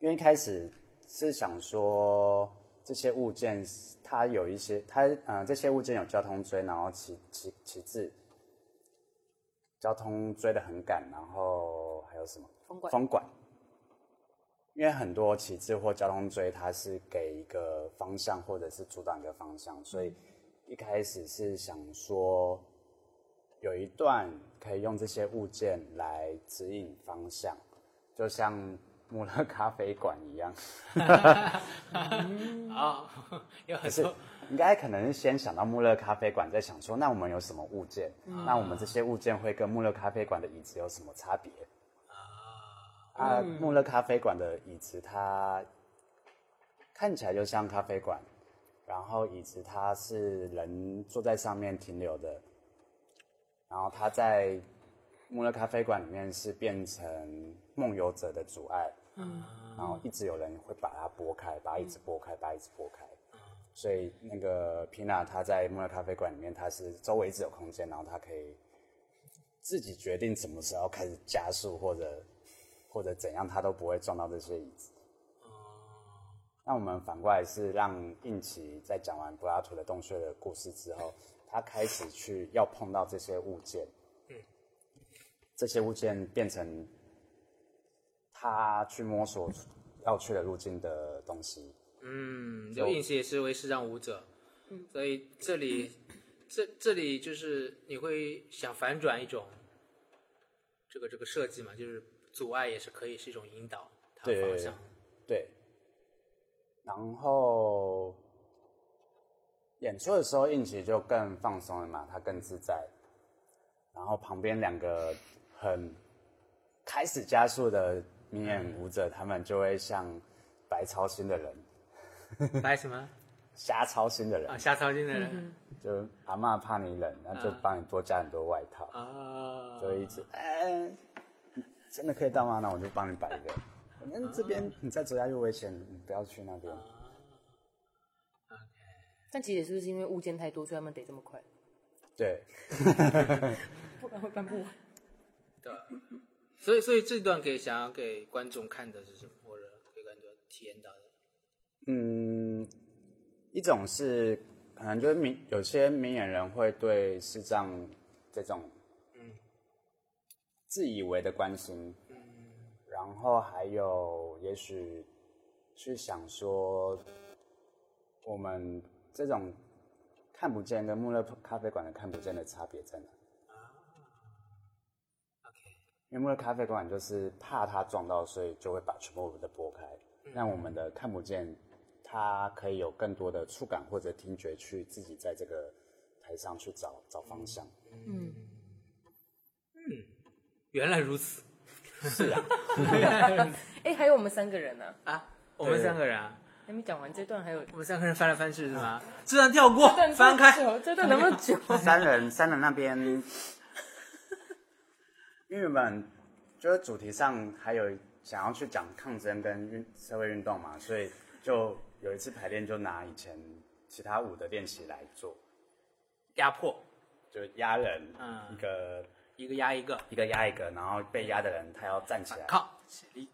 Speaker 3: 因为一开始是想说这些物件它有一些，它呃这些物件有交通锥，然后其其其次，交通追的很赶，然后还有什么？
Speaker 5: 风管
Speaker 3: 风管。因为很多旗帜或交通锥，它是给一个方向或者是阻挡一个方向，所以一开始是想说有一段可以用这些物件来指引方向，就像穆勒咖啡馆一样。
Speaker 1: 啊，有
Speaker 3: 可
Speaker 1: 很
Speaker 3: 是
Speaker 1: 多
Speaker 3: 应该可能是先想到穆勒咖啡馆，再想说那我们有什么物件？那我们这些物件会跟穆勒咖啡馆的椅子有什么差别？啊，穆勒咖啡馆的椅子它看起来就像咖啡馆，然后椅子它是人坐在上面停留的，然后它在穆勒咖啡馆里面是变成梦游者的阻碍，然后一直有人会把它拨开，把椅子拨开，把椅子拨开。所以那个皮娜她在莫尔咖啡馆里面，她是周围一直有空间，然后她可以自己决定什么时候开始加速或者或者怎样，她都不会撞到这些椅子。那我们反过来是让应奇在讲完柏拉图的洞穴的故事之后，他开始去要碰到这些物件，这些物件变成他去摸索要去的路径的东西。
Speaker 1: 嗯，就饮食也是为视障舞者，所以这里这这里就是你会想反转一种这个这个设计嘛，就是阻碍也是可以是一种引导它的
Speaker 3: 对
Speaker 1: 方向。
Speaker 3: 对，然后演出的时候，应急就更放松了嘛，他更自在。然后旁边两个很开始加速的明眼舞者，他们就会像白操心的人、
Speaker 1: 白什么
Speaker 3: 瞎操心的 人，
Speaker 1: 啊？瞎操心的人
Speaker 3: 就阿嬷怕你冷，那就帮你多加很多外套，
Speaker 1: 啊，
Speaker 3: 就一直哎，真的可以到吗？那我就帮你摆一个。嗯，这边你再走下去危险，你不要去那边。
Speaker 1: 啊
Speaker 5: 但其实是不是因为物件太多，所以他们得这么快？
Speaker 3: 对，
Speaker 5: 不然会啊搬不完。
Speaker 1: 对。所以所以这段给想要给观众看的是什么，或者给观众体验到的？
Speaker 3: 嗯，一种是可能就是明有些明眼人会对视障这种自以为的关心，然后还有也许是想说我们这种看不见跟穆勒咖啡馆的看不见的差别在哪？因为穆勒咖啡馆就是怕它撞到，所以就会把全部的拨开，让我们的看不见，它可以有更多的触感或者听觉去自己在这个台上去找找方向。
Speaker 1: 原来如此
Speaker 5: 哎，还有我们三个人呢、
Speaker 1: 啊！我们
Speaker 3: 对
Speaker 1: 三个人啊，
Speaker 5: 还没讲完这段，还有
Speaker 1: 我们三个人翻来翻去是吗？这段跳过，翻开。，
Speaker 5: 这段能不能久？
Speaker 3: 三人三人那边，因为原本就是主题上还有想要去讲抗争跟运社会运动嘛，所以就有一次排练就拿以前其他舞的练习来做，
Speaker 1: 压迫，
Speaker 3: 就压人
Speaker 1: 嗯
Speaker 3: 一个。
Speaker 1: 一个压一个，
Speaker 3: 一个压一个，然后被压的人他要站起来，
Speaker 1: 抗起立。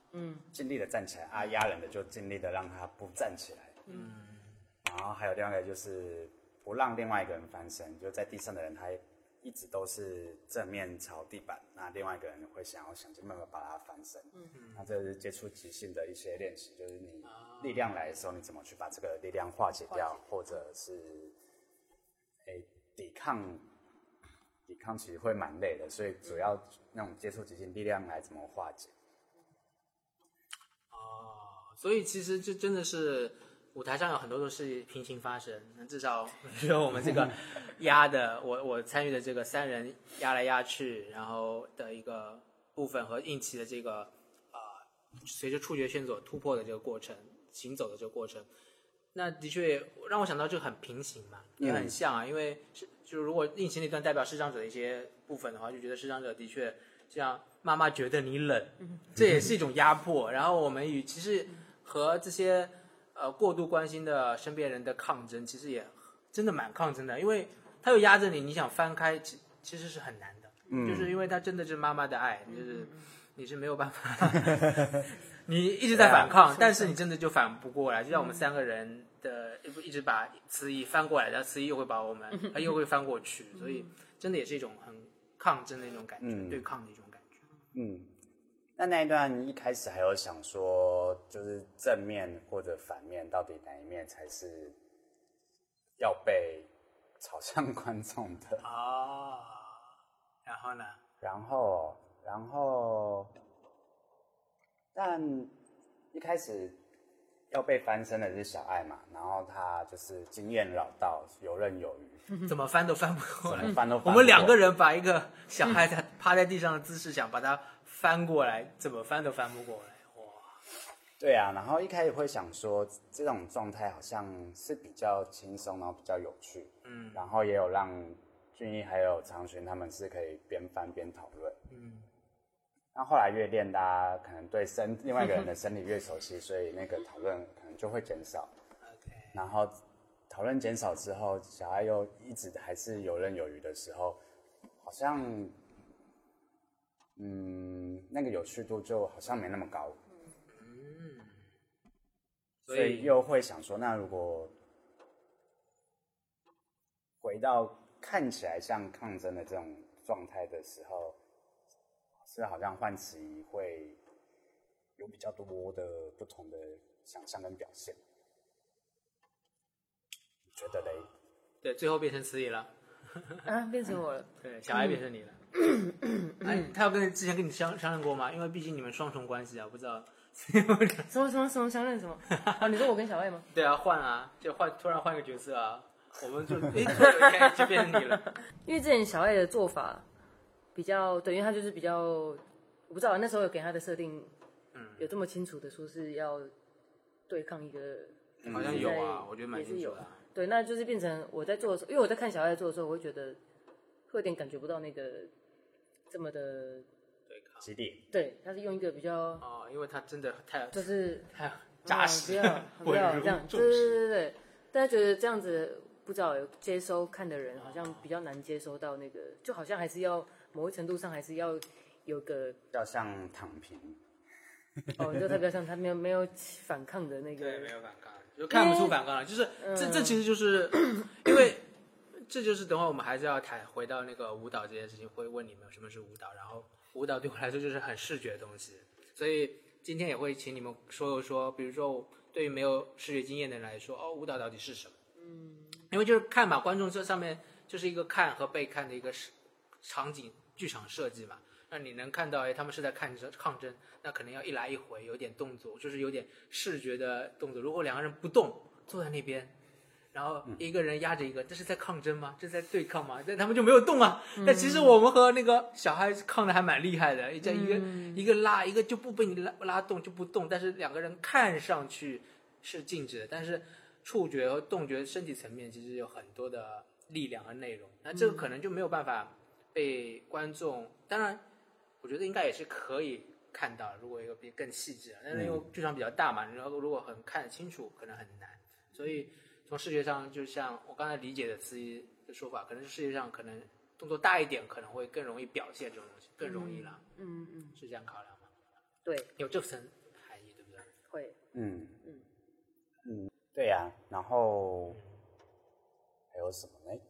Speaker 3: 尽力的站起来啊，压人的就尽力的让他不站起来。嗯，然后还有另外一个就是不让另外一个人翻身，就在地上的人他一直都是正面朝地板，那另外一个人会想要想尽办法把他翻身。嗯，那这是接触即兴的一些练习，就是你力量来的时候，你怎么去把这个力量化解掉，或者是诶、抵抗。抵抗其实会蛮累的，所以主要那种接触即兴力量来怎么化解？
Speaker 1: 所以其实这真的是舞台上有很多都是平行发生。那至少比如说我们这个压的，我我参与的这个三人压来压去，然后的一个部分和应奇的这个呃，随着触觉线索突破的这个过程，行走的这个过程，那的确让我想到就很平行嘛，也很像啊，因为是就如果应奇那段代表视障者的一些部分的话，就觉得视障者的确像妈妈觉得你冷，这也是一种压迫。然后我们与其实和这些呃过度关心的身边人的抗争，其实也真的蛮抗争的，因为他又压着你，你想翻开，其其实是很难的，就是因为他真的是妈妈的爱，就是你是没有办法，你一直在反抗，但是你真的就反不过来，就像我们三个人的一直把词义翻过来，然后词义又会把我们，它又会翻过去，所以真的也是一种很抗争的一种感觉，
Speaker 3: 嗯
Speaker 1: 对抗的一种感觉。
Speaker 3: 嗯，那那一段一开始还有想说，就是正面或者反面，到底哪一面才是要被朝向观众的？
Speaker 1: 啊，然后呢？
Speaker 3: 然后，然后，但一开始要被翻身的是小爱嘛，然后他就是经验老道，游刃有余，
Speaker 1: 怎么翻都翻不过来
Speaker 5: 嗯
Speaker 3: 怎么，翻都翻不
Speaker 1: 嗯我
Speaker 3: 过
Speaker 1: 们两个人把一个小孩在趴在地上的姿势想把它翻过来，怎么翻都翻不过来。哇，
Speaker 3: 对啊，然后一开始会想说，这种状态好像是比较轻松，然后比较有趣，
Speaker 1: 嗯
Speaker 3: 然后也有让俊逸还有长寻他们是可以边翻边讨论。
Speaker 1: 嗯，
Speaker 3: 那后来越练，大家可能对身另外一个人的身体越熟悉，所以那个讨论可能就会减少。然后讨论减少之后，小爱又一直还是游刃有余的时候，好像，嗯，那个有趣度就好像没那么高，
Speaker 1: 所
Speaker 3: 嗯所以
Speaker 1: 以
Speaker 3: 又会想说，那如果回到看起来像抗争的这种状态的时候，是好像换词会有比较多的不同的想象跟表现，你觉得嘞？
Speaker 1: 对，最后变成词语了。
Speaker 5: 啊，变成我了。
Speaker 1: 对，小爱变成你了。哎，他有跟之前跟你商商量过吗？因为毕竟你们双重关系啊，不知道。
Speaker 5: 什么什么什么相认什么？ 啊，你说我跟小爱吗？
Speaker 1: 对啊，换啊，就换，突然换个角色啊，我 们就哎，突然有一天就变成你了。
Speaker 5: 因为之前小爱的做法比较，对，因为他就是比较，我不知道那时候有给他的设定，嗯，有这么清楚的说是要对抗一个，
Speaker 1: 好像有啊，我觉得蛮
Speaker 5: 嗯也是
Speaker 1: 清楚
Speaker 5: 有
Speaker 1: 的啊。
Speaker 5: 对，那就是变成我在做的时候，因为我在看小爱做的时候，我会觉得会有点感觉不到那个这么的，
Speaker 1: 对抗
Speaker 3: 几点？
Speaker 5: 对，他是用一个比较
Speaker 1: 哦，因为他真的太
Speaker 5: 就是
Speaker 1: 太扎实
Speaker 5: 啊，不要不要
Speaker 1: 稳
Speaker 5: 这样
Speaker 1: 如，
Speaker 5: 对
Speaker 1: 重
Speaker 5: 对
Speaker 1: 石。
Speaker 5: 对对对，大家觉得这样子不知道接收看的人好像比较难接收到那个，就好像还是要某一程度上还是要有个
Speaker 3: 要像躺平，
Speaker 5: 哦，你说他比较像他没有没有反抗的那
Speaker 1: 对，
Speaker 5: 个
Speaker 1: 没，有反抗，就看不出反抗了。就是这这其实就是因为这就是等会我们还是要谈回到那个舞蹈这件事情，会问你们什么是舞蹈，然后舞蹈对我来说就是很视觉的东西，所以今天也会请你们说一说，比如说对于没有视觉经验的人来说，哦，舞蹈到底是什么？嗯，因为就是看嘛，观众这上面就是一个看和被看的一个是场景剧场设计嘛。那你能看到，哎，他们是在看着抗争，那可能要一来一回，有点动作，就是有点视觉的动作。如果两个人不动，坐在那边，然后一个人压着一个，这是在抗争吗？这是在对抗吗？但他们就没有动啊。但其实我们和那个小孩抗的还蛮厉害的，一这一个、一个拉，一个就不被你拉拉动就不动，但是两个人看上去是静止的，但是触觉和动觉身体层面其实有很多的力量和内容。那这个
Speaker 5: 嗯
Speaker 1: 可能就没有办法被观众，当然我觉得应该也是可以看到，如果有比更细致，但是因
Speaker 5: 嗯
Speaker 1: 为剧场比较大嘛，然后如果很看得清楚，可能很难。所以从视觉上，就像我刚才理解的司仪的说法，可能是视觉上可能动作大一点，可能会更容易表现这种东西，更容易啦，
Speaker 5: 嗯嗯，
Speaker 1: 是这样考量吗？
Speaker 5: 对，
Speaker 1: 有这层含义，对不对？
Speaker 5: 会
Speaker 3: 嗯嗯嗯，对呀、然后还有什么呢？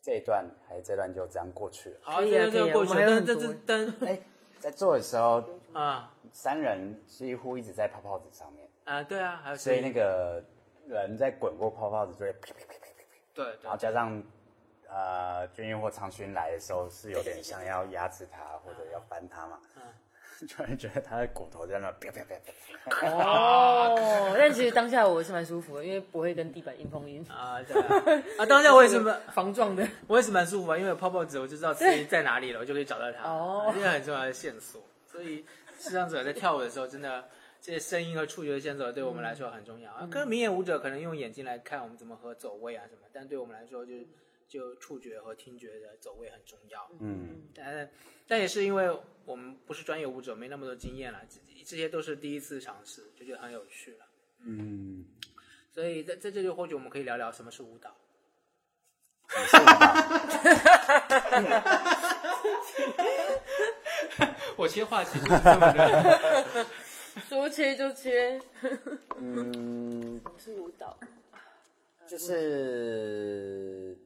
Speaker 3: 这一段还这段就这样过去了。
Speaker 1: 好，
Speaker 5: 可以啊
Speaker 1: 这个
Speaker 5: 可以啊
Speaker 1: 过
Speaker 5: 我
Speaker 1: 去，
Speaker 5: 们还有
Speaker 1: 但
Speaker 5: 很
Speaker 1: 但
Speaker 5: 多
Speaker 1: 这但
Speaker 3: 哎、在做的时候，
Speaker 1: 啊
Speaker 3: 三人几乎一直在泡泡纸上面，
Speaker 1: 啊，对啊，还有
Speaker 3: 所以
Speaker 1: 声
Speaker 3: 那
Speaker 1: 音
Speaker 3: 个人在滚过泡泡纸就会啪啪啪啪啪啪，
Speaker 1: 对对
Speaker 3: 然后加上呃军运或长勋来的时候是有点像要压制他或者要翻他嘛， 就会觉得他的骨头在那啪啪啪啪啪，
Speaker 1: 啊
Speaker 5: 哦，但其实当下我是蛮舒服的，因为不会跟地板硬碰硬，
Speaker 1: 啊对啊啊，当下我也是蛮
Speaker 5: 防撞的，
Speaker 1: 我也是蛮舒服啊，因为有泡泡纸我就知道司仪在哪里了，我就可以找到 他，
Speaker 5: 哦
Speaker 1: 这是很重要的线索。所以视障者在跳舞的时候，真的这些声音和触觉的线索对我们来说很重
Speaker 3: 嗯
Speaker 1: 要啊。跟明眼舞者可能用眼睛来看我们怎么和走位啊什么，但对我们来说就是就触觉和听觉的走位很重要。
Speaker 3: 嗯，
Speaker 1: 但但也是因为我们不是专业舞者，没那么多经验了，这这些都是第一次尝试，就觉得很有趣了。
Speaker 3: 嗯，
Speaker 1: 所以在在这就或许我们可以聊聊什么是舞蹈。
Speaker 3: 你是吧？
Speaker 1: 我切话题就是这么的。
Speaker 5: 说切就切，
Speaker 3: 嗯，
Speaker 5: 是舞蹈，
Speaker 3: 就是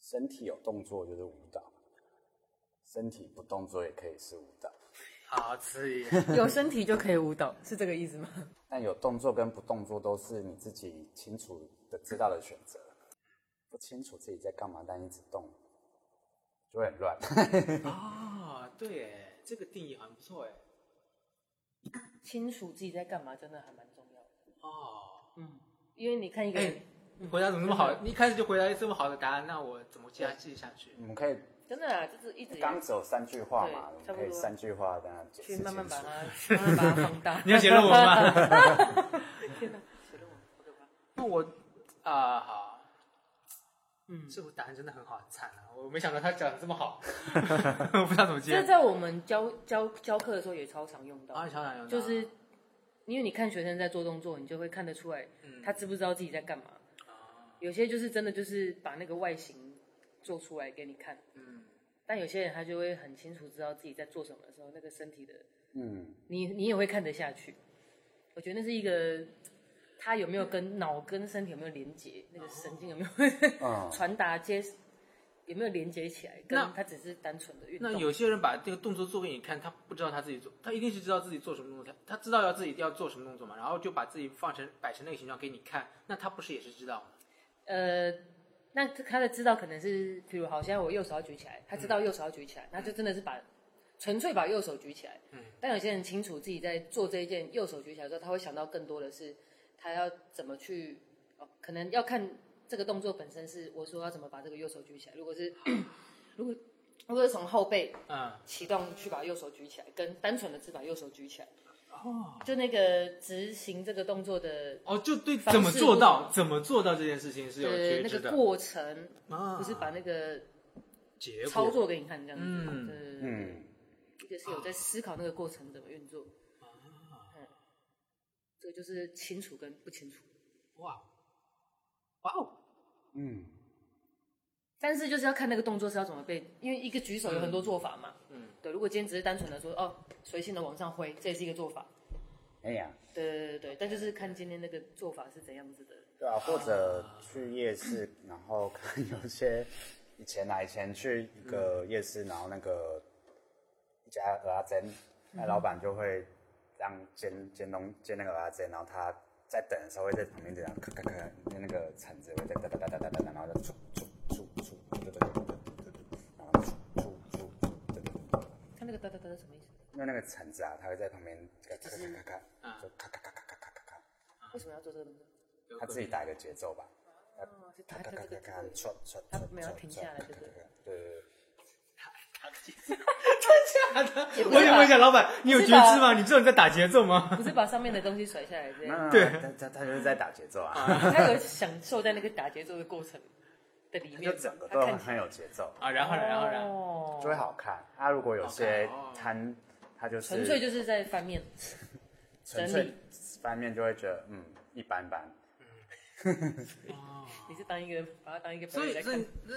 Speaker 3: 身体有动作就是舞蹈，身体不动作也可以是舞蹈。
Speaker 1: 好，词语。
Speaker 5: 有身体就可以舞蹈，是这个意思吗？
Speaker 3: 但有动作跟不动作都是你自己清楚的知道的选择，不清楚自己在干嘛，但一直动，就会很乱。 嗯
Speaker 1: 啊，对，这个定义很不错哎。
Speaker 5: 清楚自己在干嘛，真的还蛮重要的。
Speaker 1: 哦，
Speaker 5: 因为你看一个人，
Speaker 1: 哎，你回答怎么那么好？你一开始就回答这么好的答案，那我怎么接下继续下 去？
Speaker 3: 你们可以
Speaker 5: 真的啊，就是一直
Speaker 3: 刚只有三句话嘛，
Speaker 5: 对
Speaker 3: 我
Speaker 5: 差不
Speaker 3: 们可
Speaker 5: 多
Speaker 3: 以三句话跟他解释
Speaker 5: 去慢慢
Speaker 3: 清
Speaker 5: 把它，
Speaker 3: 楚
Speaker 5: 慢慢把它放大
Speaker 1: 。你要写论文吗？
Speaker 5: 天哪，写论文好可怕。
Speaker 1: 那我啊、好，
Speaker 5: 嗯，
Speaker 1: 这个答案真的很好，惨啊！我没想到他讲的这么好， 我不知道怎么接
Speaker 5: 这。在我们教教教课的时候也超常用
Speaker 1: 啊，
Speaker 5: 到，
Speaker 1: 小冉有答
Speaker 5: 就是因为你看学生在做动作，你就会看得出来
Speaker 1: 嗯
Speaker 5: 他知不知道自己在干嘛。有些就是真的就是把那个外形做出来给你看，
Speaker 1: 嗯，
Speaker 5: 但有些人他就会很清楚知道自己在做什么的时候，那个身体的
Speaker 3: 嗯，
Speaker 5: 你你也会看得下去。我觉得那是一个他有没有跟脑跟身体有没有连接，那个神经有没有
Speaker 3: 嗯
Speaker 5: 传达接有没有连接起来，跟
Speaker 1: 那
Speaker 5: 他只是单纯的运
Speaker 1: 那
Speaker 5: 动。
Speaker 1: 有些人把这个动作做给你看，他不知道他自己做，他一定是知道自己做什么动作，他他知道要自己要做什么动作嘛，然后就把自己放成摆成那个形状给你看，那他不是也是知道吗？
Speaker 5: 呃，那他的知道可能是，比如好，现在我右手要举起来，他知道右手要举起来，那就真的是把纯粹把右手举起来。嗯。但有些人清楚自己在做这一件右手举起来之后，他会想到更多的是他要怎么去，哦，可能要看这个动作本身是我说要怎么把这个右手举起来。如果 是如果如果是从后背
Speaker 1: 嗯，
Speaker 5: 启动去把右手举起来，跟单纯的只把右手举起来。哦，就那个执行这个动作的，
Speaker 1: 哦，就对，
Speaker 5: 方
Speaker 1: 怎么
Speaker 5: 式
Speaker 1: 做
Speaker 5: 不
Speaker 1: 到，
Speaker 5: 同
Speaker 1: 怎么做到这件事情是有
Speaker 5: 呃，
Speaker 1: 觉
Speaker 5: 那
Speaker 1: 知
Speaker 5: 个
Speaker 1: 的，
Speaker 5: 过程，
Speaker 1: 啊
Speaker 5: 不是把那个
Speaker 1: 结果
Speaker 5: 操作给你看这样子。
Speaker 1: 嗯
Speaker 5: 对对对对
Speaker 3: 嗯，
Speaker 5: 一个是有在思考那个过程怎么运作。
Speaker 1: 啊
Speaker 5: 嗯，这个就是清楚跟不清楚，
Speaker 1: 哇，哇哦，
Speaker 3: 嗯，
Speaker 5: 但是就是要看那个动作是要怎么被，因为一个举手有很多做法嘛。
Speaker 1: 嗯，
Speaker 5: 对，如果今天只是单纯的说哦，随性的往上挥，这也是一个做法。
Speaker 3: 哎呀，
Speaker 5: 对对对对，但就是看今天那个做法是怎样子的。
Speaker 3: 对啊，或者去夜市，然后看有些以前啊，以前去一个夜市，然后那个一家鹅阿珍，
Speaker 5: 嗯
Speaker 3: 那老板就会让煎煎东煎那个鹅阿珍，然后他在等的时候会在旁边这样咔咔咔，那个铲子会在哒哒哒哒哒哒哒，然后就出出出出，对对对对对对，然后出出出，对对对。
Speaker 5: 他那个哒哒哒是什么意思？
Speaker 3: 因为那个铲子啊，它会在旁边咔咔咔咔
Speaker 5: 啊
Speaker 3: 咔，就咔咔咔咔咔咔咔咔，
Speaker 1: 啊
Speaker 5: 为什么要做这个动作？
Speaker 3: 它自己打一个节奏吧。
Speaker 5: 哦，是
Speaker 3: 咔
Speaker 5: 哒
Speaker 3: 咔
Speaker 5: 哒
Speaker 3: 咔
Speaker 5: 哒
Speaker 3: 咔
Speaker 5: 哒
Speaker 3: 咔
Speaker 5: 哒，。
Speaker 3: 戳戳
Speaker 5: 它
Speaker 3: 戳
Speaker 5: 没有
Speaker 3: 戳
Speaker 5: 停
Speaker 3: 戳
Speaker 5: 下来
Speaker 3: 咔
Speaker 5: 对
Speaker 3: 咔
Speaker 5: 不对
Speaker 3: 咔咔对对对。
Speaker 5: 不是
Speaker 1: 我想问一
Speaker 5: 吧
Speaker 1: 下老板，你有
Speaker 5: 不
Speaker 1: 觉
Speaker 5: 是吧
Speaker 1: 知吗？你知道你在打节奏吗？
Speaker 5: 不是把上面的东西甩下来这样，
Speaker 3: 那对，他他就是在打节奏啊，
Speaker 5: 他有享受在那个打节奏的过程的里面
Speaker 3: 就
Speaker 5: 吗，
Speaker 3: 整个
Speaker 5: 他
Speaker 3: 都
Speaker 5: 看
Speaker 3: 很
Speaker 5: 起
Speaker 3: 很有节奏，
Speaker 1: 啊，然后呢，然后然后，
Speaker 5: 哦
Speaker 3: 就会好看。他如果有些
Speaker 1: 好看哦
Speaker 3: 摊，他就是
Speaker 5: 纯粹就是在翻面，
Speaker 3: 纯
Speaker 5: 整
Speaker 3: 粹
Speaker 5: 理
Speaker 3: 翻面就会觉得嗯一般般。
Speaker 5: 你是当一个把它当一个朋
Speaker 1: 所
Speaker 5: 友
Speaker 1: 以
Speaker 5: 在
Speaker 1: 这
Speaker 5: 看，
Speaker 1: 这，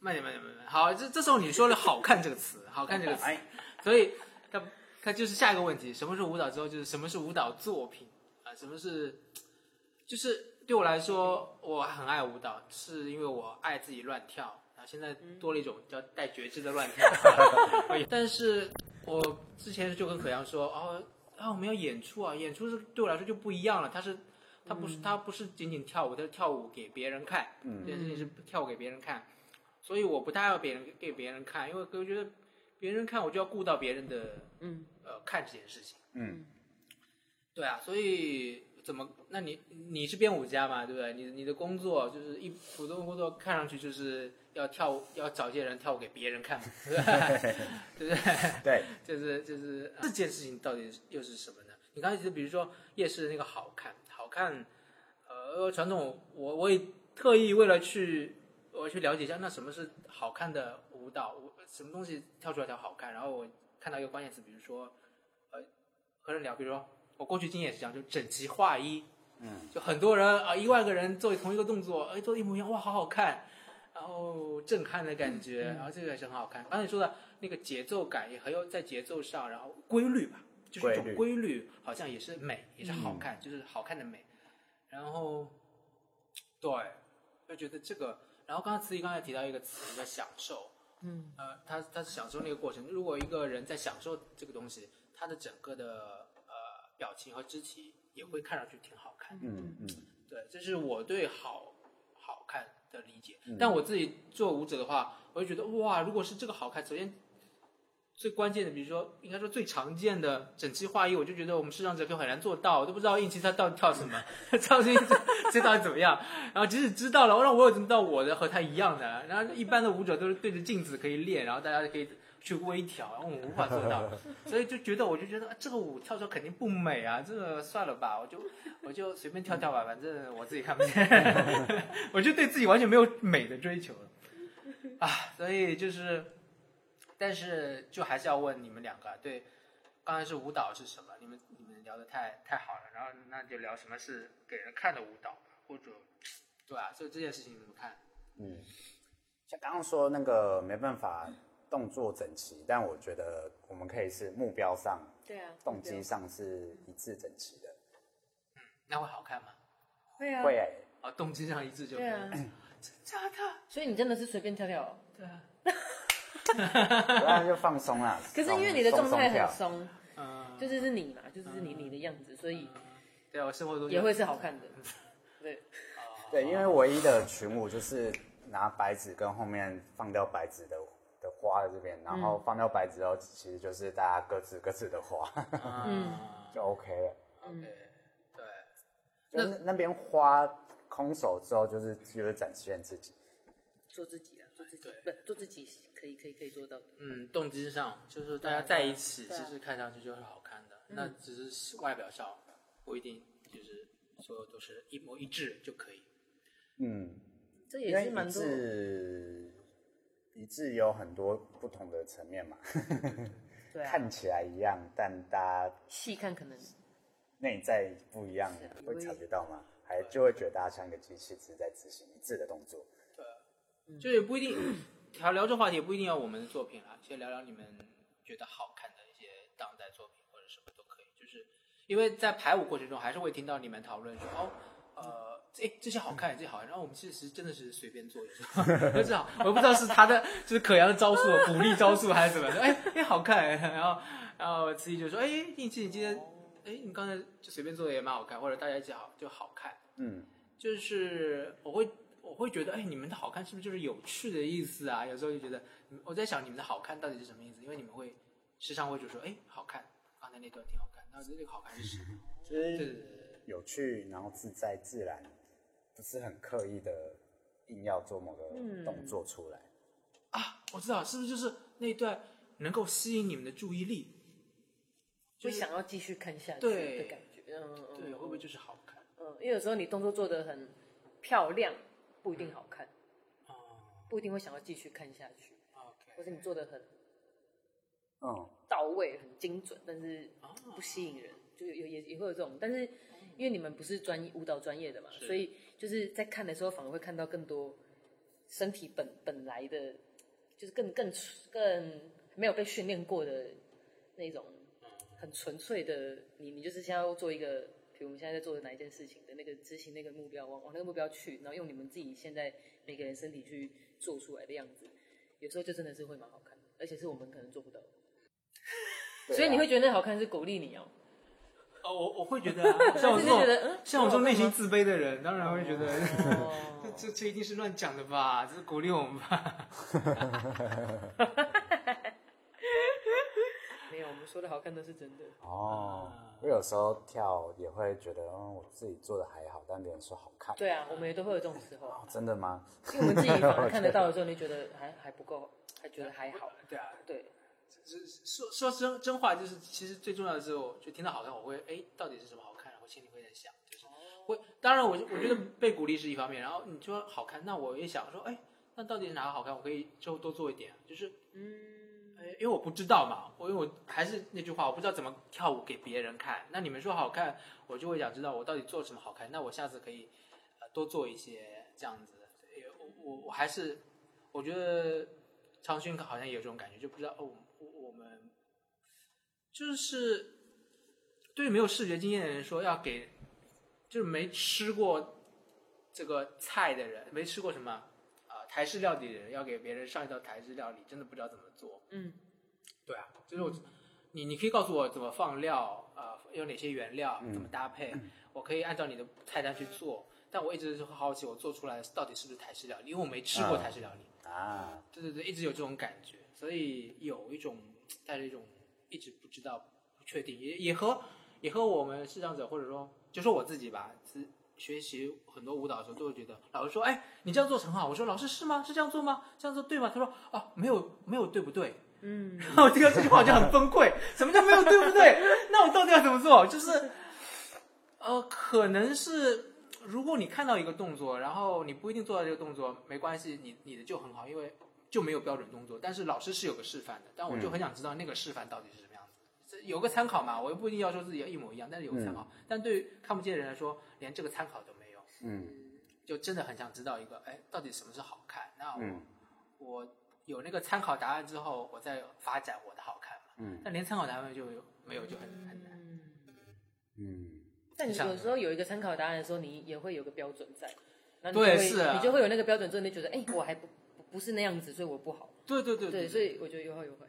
Speaker 1: 慢点慢点慢点，好，这这时候你说了“好看”这个词，“好看”这个词
Speaker 3: 哎，
Speaker 1: 所以它它就是下一个问题，什么是舞蹈之后，就是什么是舞蹈作品啊？什么是？就是对我来说，我很爱舞蹈，是因为我爱自己乱跳，然后现在多了一种叫带觉知的乱跳。啊 但是我之前就跟可阳说，哦啊，我们要演出啊，演出是对我来说就不一样了，它是它不是它不是仅仅跳舞，它是跳舞给别人看，
Speaker 3: 嗯
Speaker 1: 这件事情是跳舞给别人看，所以我不大要别人给别人看，因为我觉得别人看我就要顾到别人的
Speaker 5: 嗯，
Speaker 1: 呃看这件事情，
Speaker 3: 嗯，
Speaker 1: 对啊，所以怎么？那你你是编舞家嘛，对不对？你你的工作就是一普通工作，看上去就是要跳舞，要找一些人跳舞给别人看嘛，对不对？对不对？
Speaker 3: 对，
Speaker 1: 就是就是啊这件事情到底又是什么呢？你刚才就比如说夜市的那个好看，好看，呃，传统我我也特意为了去我去了解一下，那什么是好看的舞蹈，我什么东西跳出来叫好看？然后我看到一个关键词，比如说，呃，和人聊，比如说我过去经验也是这样，就整齐划一，嗯，就很多人啊、一万个人做同一个动作，哎，做一模一样，哇，好好看。然后震撼的感觉，
Speaker 3: 嗯
Speaker 1: 然后这个也是很好看。刚才你说的那个节奏感也很有在节奏上，然后规律吧，就是一种
Speaker 3: 规律
Speaker 1: 规律，好像也是美，也是好看，就是好看的美。然后，对，就觉得这个。然后刚刚慈禧刚才提到一个词叫享受，嗯，呃，他他是享受那个过程。如果一个人在享受这个东西，他的整个的呃表情和肢体也会看上去挺好看的。
Speaker 3: 嗯嗯
Speaker 1: 对，这是我对好好看的的理解。但我自己做舞者的话，我就觉得哇，如果是这个好看，首先最关键的，比如说应该说最常见的整齐划一，我就觉得我们视障者很难做到，我都不知道应期他到底跳什么， 他跳这这到底怎么样。然后即使知道了，让我有怎么到我的和他一样的。然后一般的舞者都是对着镜子可以练，然后大家可以去微调，然后我们无法做到，所以就觉得我就觉得、啊这个舞跳出来肯定不美啊，这个算了吧，我就我就随便跳跳吧，反正我自己看不见， 我就对自己完全没有美的追求了啊，所以就是，但是就还是要问你们两个，啊对，刚才是舞蹈是什么？你们你们聊的太太好了，然后那就聊什么是给人看的舞蹈，或者对啊，就这件事情你们看，
Speaker 3: 嗯，像刚刚说那个没办法动作整齐，但我觉得我们可以是目标上、
Speaker 5: 对啊，
Speaker 3: 动机上是一致整齐的。
Speaker 1: 那会好看吗？
Speaker 5: 会啊，
Speaker 3: 会、欸，
Speaker 1: 啊，动机上一致就可以
Speaker 5: 对
Speaker 1: 了
Speaker 5: 啊，
Speaker 1: 假的，
Speaker 5: 所以你真的是随便跳跳哦。
Speaker 1: 对啊，
Speaker 3: 然后就放松啦。
Speaker 5: 可是
Speaker 3: 松
Speaker 5: 因为你的状态很，
Speaker 3: 松松
Speaker 5: 松，
Speaker 1: 嗯，
Speaker 5: 就是是你嘛，就是是你你的样子，所以
Speaker 1: 对啊，我生活中
Speaker 5: 也会是好看的。对，
Speaker 3: 跳对，因为唯一的群舞就是拿白纸跟后面放掉白纸的的花的这边，然
Speaker 6: 嗯
Speaker 3: 后放掉白纸后，其实就是大家各自各自的花
Speaker 1: 嗯
Speaker 3: 就 OK 了。
Speaker 5: 嗯
Speaker 1: ，OK，对，
Speaker 3: 就那那边花空手之后，就是就是展现自己。
Speaker 6: 做自己啊，做自己，不做自己可以可以可以做到的。
Speaker 1: 嗯，动机上就是大家在一起，其实看上去就是好看的，那只是外表上不一定就是所有都是一模一致就可以。
Speaker 3: 嗯，
Speaker 6: 这
Speaker 3: 因
Speaker 6: 也
Speaker 3: 为
Speaker 6: 是蛮
Speaker 3: 一
Speaker 6: 多，
Speaker 3: 致一致有很多不同的层面嘛，
Speaker 6: 对啊，
Speaker 3: 看起来一样，但大家
Speaker 6: 细看可能
Speaker 3: 内在不一样，会察觉到吗？还就会觉得大家像一个机器，只是在执行一致的动作。
Speaker 1: 就是也不一定聊聊这话题，也不一定要我们的作品啊，先聊聊你们觉得好看的一些当代作品或者什么都可以。就是因为在排舞过程中，还是会听到你们讨论说，哦，呃，哎，这些好看，这些好看。然后我们其实真的是随便做一做， 不知道，我不知道是他的就是可扬的招数、鼓励招数还是怎么的。哎哎，好看。然后然后慈禧就说，哎，应期你今天，哎，你刚才就随便做的也蛮好看，或者大家一起好就好看。
Speaker 3: 嗯，
Speaker 1: 就是我会我会觉得，哎，你们的好看是不是就是有趣的意思啊？有时候就觉得，嗯我在想你们的好看到底是什么意思？因为你们会时常会就说，哎，好看，刚才那段挺好看，那这个好看是什么？
Speaker 3: 就
Speaker 1: 对对
Speaker 3: 是
Speaker 1: 对对
Speaker 3: 有趣，然后自在自然，不是很刻意的硬要做某个
Speaker 5: 嗯
Speaker 3: 动作出来。
Speaker 1: 啊，我知道，是不是就是那一段能够吸引你们的注意力？就
Speaker 5: 会
Speaker 1: 是
Speaker 5: 想要继续看下去
Speaker 1: 对
Speaker 5: 的感觉。嗯嗯嗯
Speaker 1: 对，会不会就是好看？
Speaker 5: 嗯，因为有时候你动作做的很漂亮，不一定好看，
Speaker 1: 哦
Speaker 5: 不一定会想要继续看下去，或者你做的很
Speaker 3: 嗯，
Speaker 5: 到位、很精准，但是不吸引人，就有有也也会有这种。但是因为你们不是专业舞蹈专业的嘛，所以就是在看的时候反而会看到更多身体本本来的，就是更更更没有被训练过的那种很纯粹的你，你就是想要做一个。比如我们现在在做的哪一件事情的那个执行那个目标，往往那个目标去，然后用你们自己现在每个人身体去做出来的样子，有时候就真的是会蛮好看的，而且是我们可能做不到的。
Speaker 3: 对啊
Speaker 5: 所以你会觉得那好看是鼓励你哦。
Speaker 1: 哦，我我会觉得、啊，像我这种
Speaker 5: 就是觉得嗯哦
Speaker 1: 像我这种内心自卑的人，当然会觉得， 这这一定是乱讲的吧？这是鼓励我们吧？
Speaker 5: 没有，我们说的好看都是真的。
Speaker 1: 啊
Speaker 3: 哦，我有时候跳也会觉得，嗯，我自己做的还好，但别人说好看。
Speaker 5: 对啊，我们也都会有这种时 候，
Speaker 3: 哦，真的吗？
Speaker 5: 因为我们自己反而看得到的时候，你觉得还还不够，还觉得还好。
Speaker 1: 对啊，
Speaker 5: 对，
Speaker 1: 说说真真话，就是其实最重要的是，我就听到好看，我会哎，到底是什么好看，然后心里会在想，就是会。当然我，我觉得被鼓励是一方面，然后你说好看，那我也想说，哎，那到底是哪个好看？我可以之后多做一点，就是嗯，哎因为我不知道嘛，我因为我还是那句话，我不知道怎么跳舞给别人看。那你们说好看，我就会想知道我到底做什么好看。那我下次可以呃多做一些这样子的。哎我我我还是我觉得长勋好像也有这种感觉，就不知道哦，我我我们就是对于没有视觉经验的人说，要给就是没吃过这个菜的人，没吃过什么啊、台式料理的人，要给别人上一道台式料理，真的不知道怎么做。
Speaker 5: 嗯，
Speaker 1: 对啊，就是我、你你可以告诉我怎么放料啊、呃有哪些原料，怎么搭配，我可以按照你的菜单去做。但我一直就好奇，我做出来到底是不是台式料理，因为我没吃过
Speaker 3: 嗯
Speaker 1: 台式料理。
Speaker 3: 啊，
Speaker 1: 对对对，一直有这种感觉，所以有一种带着一种一直不知道、不确定，也也和也和我们视障者或者说就说我自己吧，自学习很多舞蹈的时候都会觉得，老师说，哎，你这样做很好，我说老师是吗？是这样做吗？这样做对吗？他说，哦，没有没有对不对？嗯，然后我听到这句话我就很崩溃，什么叫没有对不对？那我到底要怎么做？就是，呃，可能是如果你看到一个动作，然后你不一定做到这个动作，没关系，你你的就很好，因为就没有标准动作，但是老师是有个示范的，但我就很想知道那个示范到底是什么样子，这有个参考嘛，我又不一定要求自己要一模一样，但是有个参考。但对于看不见的人来说，连这个参考都没有，
Speaker 3: 嗯
Speaker 1: 就真的很想知道一个，哎，到底什么是好看？那我、
Speaker 3: 嗯
Speaker 1: 我有那个参考答案之后，我再发展我的好看嘛。
Speaker 3: 嗯
Speaker 1: 但连参考答案就有没有就很很难。
Speaker 3: 嗯，
Speaker 5: 但你
Speaker 1: 像
Speaker 5: 有时候有一个参考答案的时候，你也会有个标准在，然后你
Speaker 1: 对
Speaker 5: 就会
Speaker 1: 是啊
Speaker 5: 你就会有那个标准之后，你就觉得，哎、我还不不不是那样子，所以我不好。
Speaker 1: 对对对
Speaker 5: 对，
Speaker 1: 对
Speaker 5: 所 以我觉得有好有坏，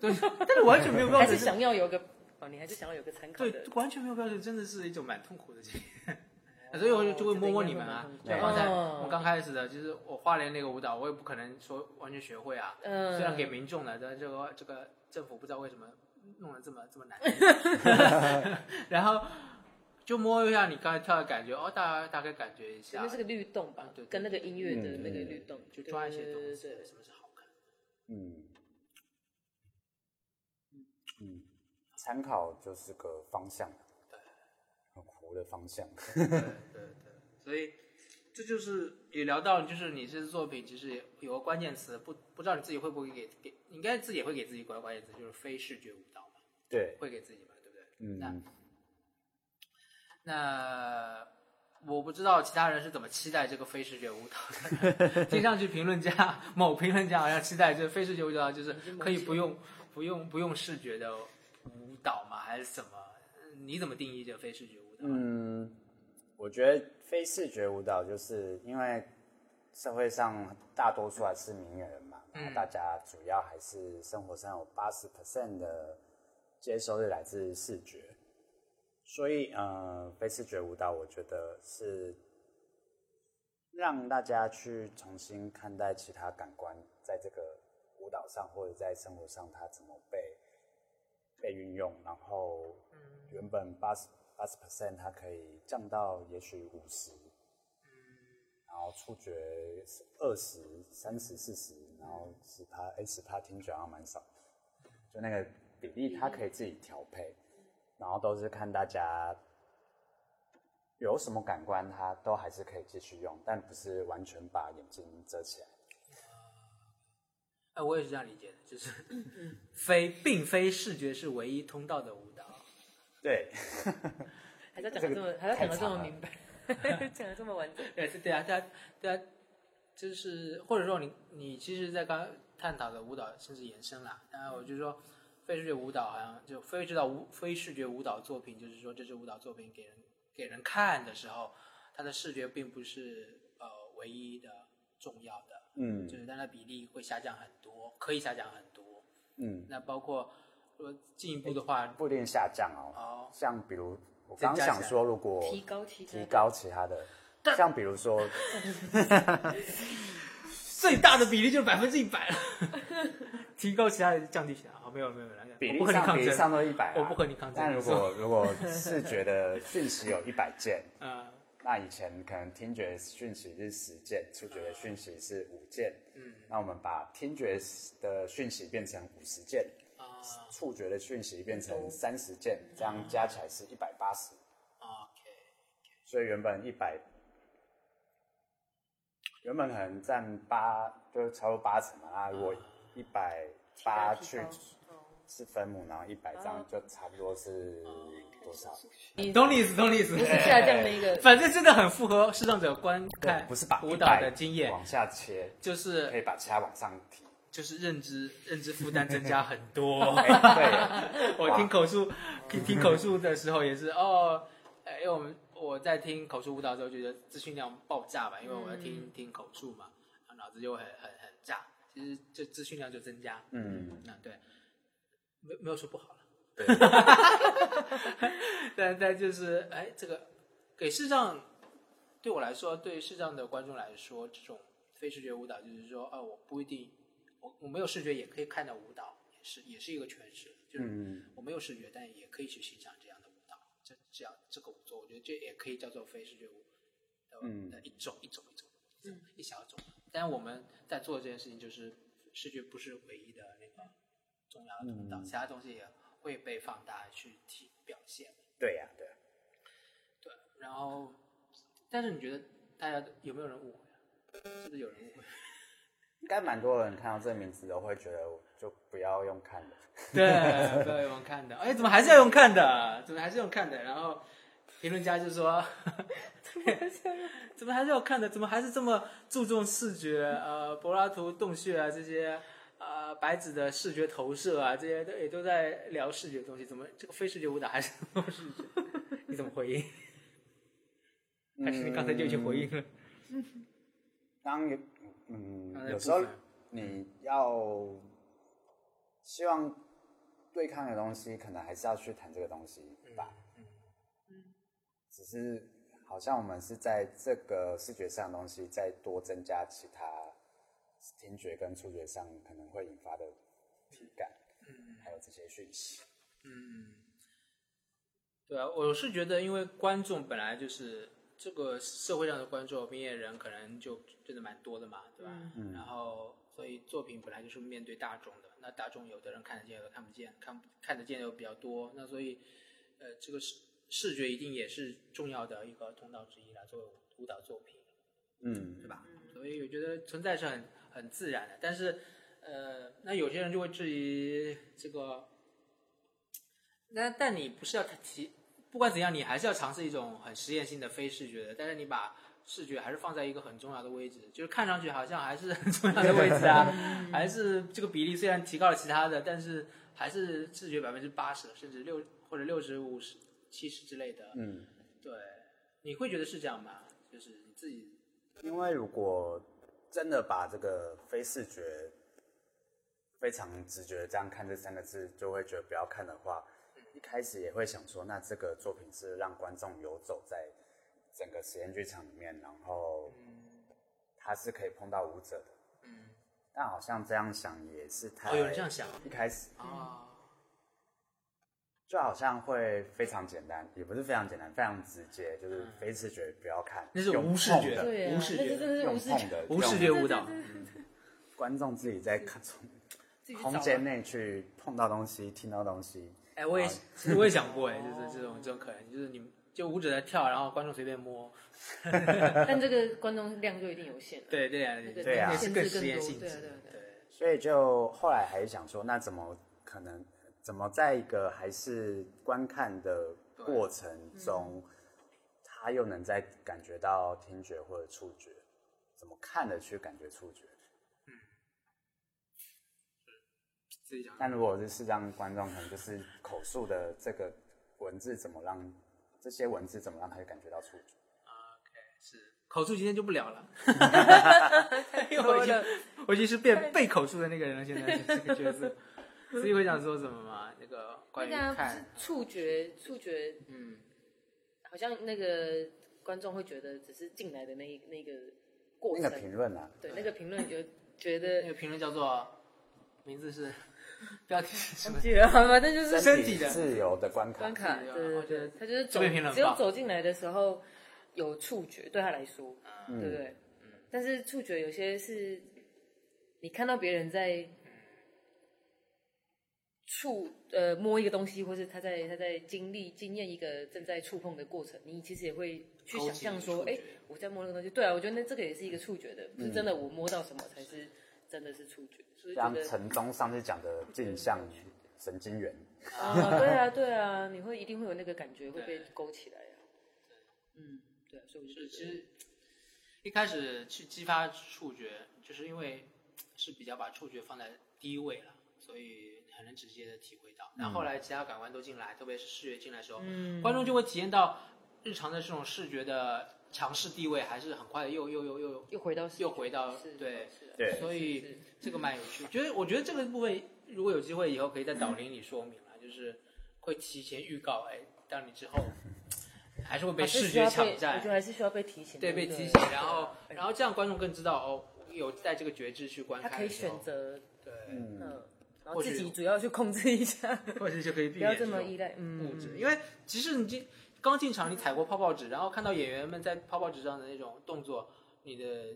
Speaker 1: 对，但是完全没有标
Speaker 5: 还
Speaker 1: 准，
Speaker 5: 是想要有个哦，你还是想要有个参考
Speaker 1: 对
Speaker 5: 的。
Speaker 1: 完全没有标准，真的是一种蛮痛苦的经 验。所以我就会摸摸你们啊，
Speaker 5: 这
Speaker 1: 像
Speaker 5: 个应该会蛮痛苦
Speaker 1: 刚才
Speaker 5: 哦
Speaker 1: 我刚开始的，就是我花莲那个舞蹈，我也不可能说完全学会啊。
Speaker 5: 嗯
Speaker 1: 虽然给民众了，但是这个这个政府不知道为什么弄得这么这么 难。然后就摸一下你刚才跳的感觉，哦，大大概感觉一
Speaker 5: 前
Speaker 1: 下
Speaker 5: 面，是个律动吧
Speaker 1: 啊，对对
Speaker 5: 跟那个音乐的
Speaker 3: 嗯
Speaker 5: 那个律动，
Speaker 1: 就抓一些东西，
Speaker 5: 对对对对
Speaker 1: 什么是好看。
Speaker 3: 嗯，嗯，参考就是个方向，很糊的方向。
Speaker 1: 对对，所以这就是也聊到，就是你这次作品其实也有个关键词，不不知道你自己会不会给给，你应该自己也会给自己关关键词，就是非视觉舞蹈嘛，
Speaker 3: 对，
Speaker 1: 会给自己嘛，对不对？那
Speaker 3: 嗯，
Speaker 1: 那我不知道其他人是怎么期待这个非视觉舞蹈的， 听上去评论家某评论家好像期待这非视觉舞蹈就是可以不用不用不用视觉的舞蹈嘛，还是什么？你怎么定义这非视觉舞蹈？
Speaker 3: 嗯，我觉得非视觉舞蹈就是因为社会上大多数还是名人嘛，然后大家主要还是生活上有八十 percent 的接收是来自视觉，所以呃，非视觉舞蹈我觉得是让大家去重新看待其他感官在这个舞蹈上或者在生活上它怎么被被运用，然后原本八十八十 percent 它可以降到也许五十，嗯然后触觉二十、三十、四十，然后十趴，哎，十趴听觉好像蛮少的，就那个比例嗯它可以自己调配，然后都是看大家有什么感官，它都还是可以继续用，但不是完全把眼睛遮起来。
Speaker 1: 哎，我也是这样理解的，就是 非并非视觉是唯一通道的舞蹈。
Speaker 3: 对，
Speaker 5: 还在讲的这么，还在讲的这么明白， 讲的这么完整。
Speaker 1: 对，对啊，对啊，对啊，就是或者说你你其实，在刚探讨的舞蹈甚至延伸啦，当然我就说非视觉舞蹈好像就非知道舞非视觉舞蹈作品，就是说这支舞蹈作品给人给人看的时候，它的视觉并不是呃唯一的重要的，
Speaker 3: 嗯
Speaker 1: 就是但它比例会下降很多，可以下降很多。
Speaker 3: 嗯，
Speaker 1: 那包括说进一步的话，
Speaker 3: 不一定下降
Speaker 1: 哦
Speaker 3: 哦。像比如我
Speaker 1: 增
Speaker 3: 刚
Speaker 1: 加
Speaker 3: 想
Speaker 1: 起来
Speaker 3: 说，如果
Speaker 5: 提高提
Speaker 3: 提高其他的，像 比如说
Speaker 1: 最大的比例就是百分之一百了，提高其他的降低其他。好，没有没有没有，
Speaker 3: 比
Speaker 1: 我不和你
Speaker 3: 例上
Speaker 1: 抗
Speaker 3: 比例
Speaker 1: 争。
Speaker 3: 上都一百、啊
Speaker 1: 我不和你抗争
Speaker 3: 但如果 如果视觉的讯息有一百件，
Speaker 1: 呃，
Speaker 3: 那以前可能听觉讯息是十件，触觉的讯息是五件。嗯，那我们把听觉的讯息变成五十件，
Speaker 1: 啊
Speaker 3: 触觉的讯息变成三十件，这样加起来是一百八十。
Speaker 1: ，OK，
Speaker 3: 所以原本一百，原本可能占八，就是超过八成嘛。
Speaker 1: 啊
Speaker 3: 那如果一百八去是分母，然后一百张就差不多是
Speaker 1: 啊
Speaker 3: 多少？
Speaker 1: 懂你意思，懂你意思。
Speaker 5: 下降的一
Speaker 3: 哎
Speaker 5: 个，
Speaker 1: 反正真的很符合视障者观
Speaker 3: 对
Speaker 1: 看，
Speaker 3: 不是把
Speaker 1: 舞蹈
Speaker 3: 100
Speaker 1: 的经验，
Speaker 3: 往下切，
Speaker 1: 就是
Speaker 3: 可以把其他往上提。
Speaker 1: 就是认知认知负担增加很多。
Speaker 3: 哎，嗯对耶，
Speaker 1: 我听口 述，听听口述的时候也是哦，呃因为我们我在听口述舞蹈的时候，觉得资讯量爆炸吧，因为我要
Speaker 3: 嗯
Speaker 1: 听听口述嘛，然后脑子就会很很很炸，其实就资讯量就增加。
Speaker 3: 嗯，
Speaker 1: 嗯，对，没没有说不好了，
Speaker 3: 对，
Speaker 1: 但但就是哎，这个给视障对我来说，对视障的观众来说，这种非视觉舞蹈就是说，啊，我不一定，我我没有视觉也可以看到舞蹈，也是也是一个诠释，就是
Speaker 3: 嗯，
Speaker 1: 我没有视觉，但也可以去欣赏这样的舞蹈，这这样这个舞作，我觉得这也可以叫做非视觉舞的、
Speaker 3: 嗯
Speaker 1: 的一种一种一种，一小种。但我们在做这件事情，就是视觉不是唯一的那个重要的通道，
Speaker 3: 嗯
Speaker 1: 其他东西也会被放大去体表现。
Speaker 3: 对呀、对、
Speaker 1: 对，然后，但是你觉得大家有没有人误会啊？是不是有人误会？
Speaker 3: 应该蛮多人看到这个名字都会觉得，就不要用看的。
Speaker 1: 对，不要用看的。哎，怎么还是要用看的？怎么还是用看的？然后评论家就说， 怎么还是要看的？怎么还是这么注重视觉？呃，柏拉图洞穴啊这些。呃，白纸的视觉投射啊，这些都也都在聊视觉的东西，怎么这个非视觉舞蹈还是视觉？ 你怎么回应？还是你刚才就已经回应了？
Speaker 3: 当有嗯
Speaker 1: 刚才，
Speaker 3: 有
Speaker 1: 部
Speaker 3: 时候
Speaker 1: 分
Speaker 3: 你要希望对抗的东西，可能还是要去谈这个东西吧。只是好像我们是在这个视觉上的东西，再多增加其他听觉跟触觉上可能会引发的体感，还有这些讯息。
Speaker 1: 嗯，对啊，我是觉得，因为观众本来就是这个社会上的观众，毕业人可能就真的蛮多的嘛，对吧？
Speaker 3: 嗯
Speaker 1: 然后，所以作品本来就是面对大众的，那大众有的人看得见，有的看不见，看不看得见的又比较多，那所以，呃，这个视视觉一定也是重要的一个通道之一啦，作为舞蹈作品。
Speaker 3: 嗯
Speaker 1: 对吧？所以我觉得存在是很很自然的，但是，呃，那有些人就会质疑这个，那但你不是要提，不管怎样，你还是要尝试一种很实验性的非视觉的，但是你把视觉还是放在一个很重要的位置，就是看上去好像还是很重要的位置啊，还是这个比例虽然提高了其他的，但是还是视觉百分之八十甚至六或者六十五十七十之类的，
Speaker 3: 嗯。
Speaker 1: 对，你会觉得是这样吗？就是你自己。
Speaker 3: 因为如果真的把这个非视觉、非常直觉这样看这三个字，就会觉得不要看的话，一开始也会想说，那这个作品是让观众游走在整个实验剧场里面，然后他是可以碰到舞者的。但好像这样想也是太
Speaker 1: 哦，有人这样想
Speaker 3: 一开始
Speaker 1: 啊，
Speaker 3: 就好像会非常简单，也不是非常简单，非常直接，就是非视觉不要看，
Speaker 1: 嗯那是
Speaker 3: 用
Speaker 1: 无视
Speaker 3: 碰
Speaker 1: 觉
Speaker 3: 的
Speaker 5: 对啊，
Speaker 1: 无视
Speaker 5: 那
Speaker 1: 觉
Speaker 5: 这真的是
Speaker 3: 用
Speaker 5: 无视
Speaker 3: 碰的，
Speaker 1: 无视觉舞蹈，
Speaker 3: 观众自己在看从
Speaker 5: 自己去找
Speaker 3: 空间内去碰到东西、听到东西，
Speaker 1: 哎，我
Speaker 3: 啊
Speaker 1: 也其实我也想过，哎，就是这种这种可能，就是你们就舞者在跳，然后观众随便摸，
Speaker 5: 但这个观众量就一定有限了，
Speaker 1: 对对啊，
Speaker 5: 那个
Speaker 3: 对啊
Speaker 1: 也是
Speaker 5: 限
Speaker 1: 更
Speaker 5: 制更
Speaker 1: 实验
Speaker 5: 多
Speaker 1: 性质
Speaker 5: 对啊对啊对啊
Speaker 1: 对，
Speaker 3: 所以就后来还想说，那怎么可能？怎么在一个还是观看的过程中，他又能再感觉到听觉或者触觉？怎么看的去感觉触觉？
Speaker 1: 自己讲
Speaker 3: 但如果是视障观众，可能就是口述的这个文字怎么让这些文字怎么让他去感觉到触觉？
Speaker 1: 是口述今天就不聊 了，因为我已经我已经是变被口述的那个人了，现在是这个角色，所以会想说什么嘛？那个关于
Speaker 5: 那大家
Speaker 1: 看，
Speaker 5: 啊触觉触觉
Speaker 1: 嗯，
Speaker 5: 好像那个观众会觉得只是进来的那一那个过
Speaker 3: 那个评
Speaker 5: 程，
Speaker 3: 论啊，
Speaker 5: 对那个评论有
Speaker 1: 那
Speaker 5: 觉得
Speaker 1: 个评论叫做名字是标题是什么？
Speaker 5: 觉得啊反正就是
Speaker 1: 身体的
Speaker 3: 自由的观看
Speaker 5: 关，卡，
Speaker 1: 对
Speaker 5: 对
Speaker 1: 啊
Speaker 5: 对
Speaker 1: 我觉得
Speaker 5: 对，他就是
Speaker 1: 这
Speaker 5: 走
Speaker 1: 边评论很
Speaker 5: 只有
Speaker 1: 棒
Speaker 5: 走进来的时候有触觉，对他来说，
Speaker 3: 嗯
Speaker 5: 对不对？但是触觉有些是你看到别人在触呃摸一个东西，或是他在他在经历经验一个正在触碰的过程，你其实也会去想象说
Speaker 1: 勾，起你的触
Speaker 5: 哎
Speaker 1: 觉，嗯
Speaker 5: 我在摸那个东西。对啊，我觉得那这个也是一个触觉的，不是真的我摸到什么才是真的是触觉，所以觉
Speaker 3: 像
Speaker 5: 得
Speaker 3: 陈忠上次讲的镜像神经元，
Speaker 5: 啊，对 啊对啊，你会一定会有那个感觉会被
Speaker 1: 对，
Speaker 5: 勾起来啊。嗯，对啊，所以我就是觉
Speaker 1: 其
Speaker 5: 得
Speaker 1: 实一开始去激发触觉，就是因为是比较把触觉放在第一位了，所以很能直接的体会到。
Speaker 5: 嗯
Speaker 1: 那后来其他感官都进来，特别是视觉进来的时候，观众就会体验到日常的这种视觉的强势地位，还是很快的又又又又
Speaker 5: 又回到
Speaker 1: 又回到
Speaker 5: 是
Speaker 1: 对
Speaker 5: 是啊
Speaker 3: 对
Speaker 1: 所以这个蛮有趣。觉得我觉得这个部分如果有机会以后可以在导林里说明了，就是会提前预告，哎，让你之后还是会被
Speaker 5: 还是
Speaker 1: 视
Speaker 5: 啊需
Speaker 1: 觉
Speaker 5: 要被
Speaker 1: 抢
Speaker 5: 我
Speaker 1: 占
Speaker 5: 觉得，还是需要被提醒的，
Speaker 1: 对，被
Speaker 5: 不
Speaker 1: 提醒，然后然后这样观众更知道哦，有在这个觉知去观
Speaker 5: 哎他
Speaker 1: 看，
Speaker 5: 可以选，择，
Speaker 1: 对，
Speaker 5: 嗯，然
Speaker 1: 或
Speaker 5: 后
Speaker 1: 许
Speaker 5: 自己主要去控制一下，
Speaker 1: 或者就可以避
Speaker 5: 不要
Speaker 1: 免
Speaker 5: 这么
Speaker 1: 种
Speaker 5: 依赖，嗯，
Speaker 1: 物质，因为其实你进刚进场，你踩过泡泡纸，然后看到演员们在泡泡纸上的那种动作，你的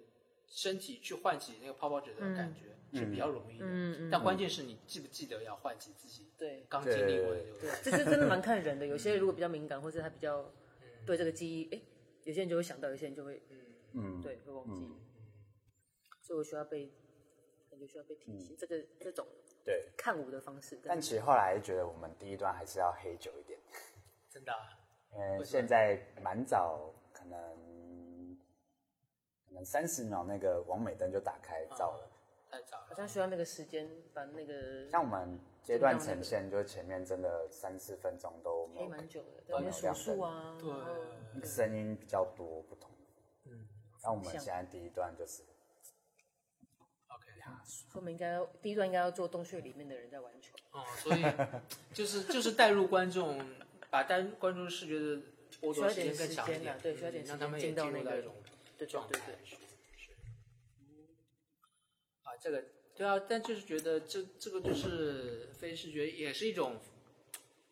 Speaker 1: 身体去唤起那个泡泡纸的
Speaker 5: 嗯
Speaker 1: 感觉是比较容易的。但关键是你记不记得要唤起自己
Speaker 5: 对，
Speaker 1: 刚经历过的这个
Speaker 5: 对，这是真的蛮看人的。有些人如果比较敏感，或是他比较对这个记忆，哎，有些人就会想到，有些人就会
Speaker 3: 嗯，
Speaker 5: 对会忘记，所以我需要被，感觉需要被提
Speaker 1: 嗯
Speaker 5: 醒。这个这种
Speaker 3: 对。
Speaker 5: 看舞的方式，
Speaker 3: 但其实后来觉得我们第一段还是要黑久一点，
Speaker 1: 真的啊、
Speaker 3: 嗯，现在蛮早，可能可能三十秒那个王美灯就打开照了。
Speaker 1: 太早
Speaker 5: 好
Speaker 1: 了。
Speaker 5: 像需要那个时间把那个
Speaker 3: 像我们阶段呈现，就是前面真的三四分钟都没
Speaker 5: 黑
Speaker 3: 有
Speaker 5: 蛮久的，
Speaker 3: 都
Speaker 5: 对，
Speaker 3: 没有
Speaker 5: 数
Speaker 3: 亮
Speaker 5: 数
Speaker 3: 灯，
Speaker 5: 啊，
Speaker 1: 对，
Speaker 3: 声音比较多不同。嗯，那我们现在第一段就是
Speaker 5: 说明应该要第一段应该要做洞穴里面的人在玩球，
Speaker 1: 哦，所以就是就是带入观众，把带入观众视觉的剥夺时间更长嗯
Speaker 5: 需要点时间啊对需要点时
Speaker 1: 让
Speaker 5: 间
Speaker 1: 他们也
Speaker 5: 进到
Speaker 1: 进入
Speaker 5: 那
Speaker 1: 到
Speaker 5: 个
Speaker 1: 一种
Speaker 5: 对对
Speaker 1: 状
Speaker 5: 对
Speaker 1: 态
Speaker 5: 对。
Speaker 1: 是是啊，这个对啊，但就是觉得这这个就是非视觉也是一种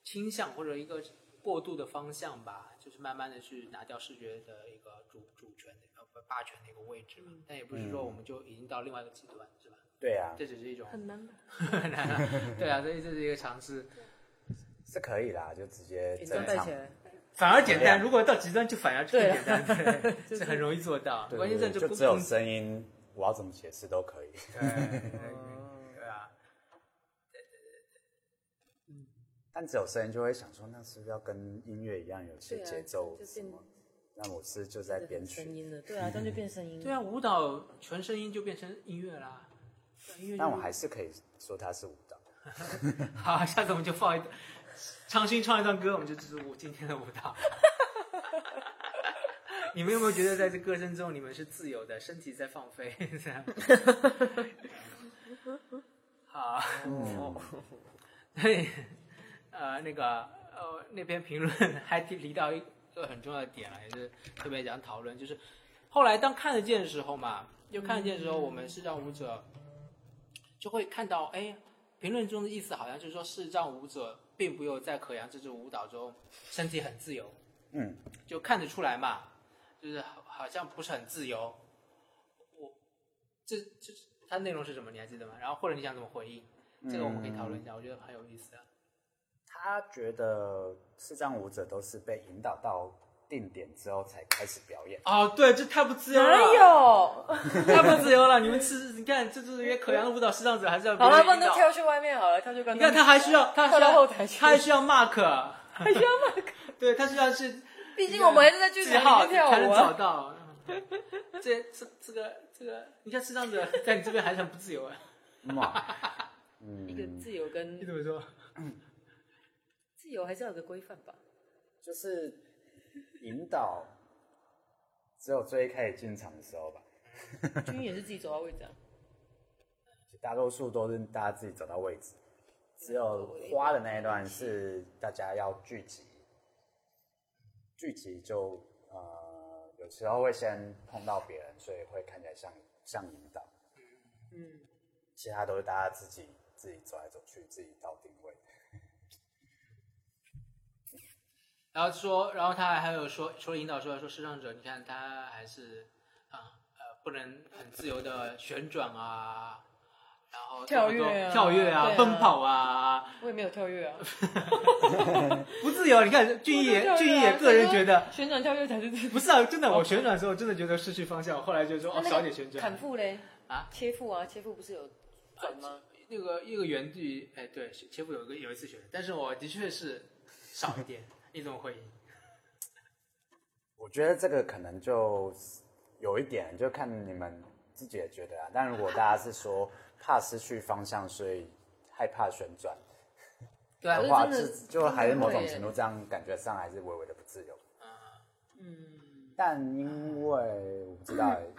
Speaker 1: 倾向或者一个过渡的方向吧，就是慢慢的去拿掉视觉的一个主主权的呃不霸权的一个位置嘛，
Speaker 5: 嗯
Speaker 1: 但也不是说我们就已经到另外一个极端是吧？
Speaker 3: 对啊，
Speaker 1: 这只是一种
Speaker 5: 很难吧？
Speaker 1: 很难 啊，对啊，所以这是一个尝试。
Speaker 3: 是可以啦，就直接
Speaker 5: 眼
Speaker 3: 正
Speaker 5: 罩戴
Speaker 3: 常
Speaker 5: 起。来，
Speaker 1: 反而简
Speaker 3: 对啊
Speaker 1: 单。如果到极端就反而更简单， 对，这很容易做到。
Speaker 3: 对
Speaker 1: 关键在
Speaker 3: 对
Speaker 1: 这
Speaker 3: 就
Speaker 1: 公
Speaker 3: 只有声音，我要怎么解释都可以。
Speaker 1: 对啊，
Speaker 3: 嗯但只有声音就会想说，那是不是要跟音乐一样有些
Speaker 5: 对啊
Speaker 3: 节奏
Speaker 5: 就
Speaker 3: 什
Speaker 5: 变
Speaker 3: 么？那我是就在编曲
Speaker 5: 声，音了，对啊，这样就变声音了。
Speaker 1: 对啊，舞蹈纯声音就变成音乐啦。对音乐就
Speaker 3: 但我还是可以说它是舞蹈。
Speaker 1: 好，下次我们就放一昌勋唱一段歌，我们就知道我今天的舞蹈。 你们有没有觉得在这歌声中，你们是自由的，身体在放飞？ 这样好，
Speaker 5: 嗯
Speaker 3: 嗯
Speaker 1: 对，呃，那个呃，那篇评论还提提到一个很重要的点了，也是特别想讨论，就是后来当看得见的时候嘛，就看得见的时候，我们视障舞者就会看到，哎，评论中的意思好像就是说，视障舞者并没有在可扬这支舞蹈中身体很自由，
Speaker 3: 嗯，
Speaker 1: 就看得出来嘛，就是好好像不是很自由。我这这它内容是什么？你还记得吗？然后或者你想怎么回应？这个我们可以讨论一下，我觉得很有意思啊。
Speaker 3: 他觉得视障舞者都是被引导到定点之后才开始表演。
Speaker 1: 哦，对，这太不自由了，
Speaker 5: 哪有？
Speaker 1: 太不自由了。你们是，你看，这就是因为可扬的舞蹈视障者还是要别
Speaker 5: 好
Speaker 1: 人
Speaker 5: 了，不然
Speaker 1: 引导
Speaker 5: 就跳去外面好了，跳去观
Speaker 1: 你
Speaker 5: 众。
Speaker 1: 看他还需要，他还
Speaker 5: 跳
Speaker 1: 需要
Speaker 5: 到后台去
Speaker 1: 他还需要 mark，还需要 mark，对 他需要是
Speaker 5: 毕竟我们还是在剧
Speaker 1: 记
Speaker 5: 场
Speaker 1: 号
Speaker 5: 里面跳
Speaker 1: 才能
Speaker 5: 舞
Speaker 1: 找
Speaker 5: 啊。
Speaker 1: 到。这这这个这个，你看视障者在你这边还是很不自由啊。
Speaker 3: 嘛，嗯
Speaker 5: 一个自由
Speaker 1: 你
Speaker 5: 跟
Speaker 1: 怎么说？
Speaker 5: 自由还是要有个规范 吧。
Speaker 3: 就是引导，只有最一开始进场的时候吧，
Speaker 5: 君也是自己走到位置啊，
Speaker 3: 大多数都是大家自己找到位置。只有花的那一段是大家要聚集，聚集就呃有时候会先碰到别人，所以会看起来像像引导。嗯，其他都是大家自己自己走来走去，自己到定位。
Speaker 1: 然后说，然后他还有说，除了引导之外，说视障者，你看他还是啊呃不能很自由的旋转啊，然后
Speaker 5: 跳跃啊
Speaker 1: 跳跃
Speaker 5: 对啊
Speaker 1: 奔跑啊，
Speaker 5: 我也没有跳跃啊。
Speaker 1: 不自由。你看俊逸也
Speaker 5: 啊
Speaker 1: 俊逸也个人觉得
Speaker 5: 旋转跳跃才是自
Speaker 1: 不是啊，真的，
Speaker 5: 哦
Speaker 1: 我旋转的时候真的觉得失去方向，后来就说哦少点旋转
Speaker 5: 砍。腹嘞
Speaker 1: 啊，
Speaker 5: 切腹啊，切腹不是有转吗？
Speaker 1: 那个一个原地，哎，对，前夫有一个有一次学的，但是我的确是少一 点，你怎么回应？
Speaker 3: 我觉得这个可能就有一点，就看你们自己也觉得啊。但如果大家是说怕失去方向，所以害怕旋转
Speaker 1: 对啊
Speaker 3: 的，话，
Speaker 5: 可是
Speaker 3: 是
Speaker 5: 真的
Speaker 3: 就还是某种程度这样感觉上还是微微的不自由。嗯，但因为我不知道欸，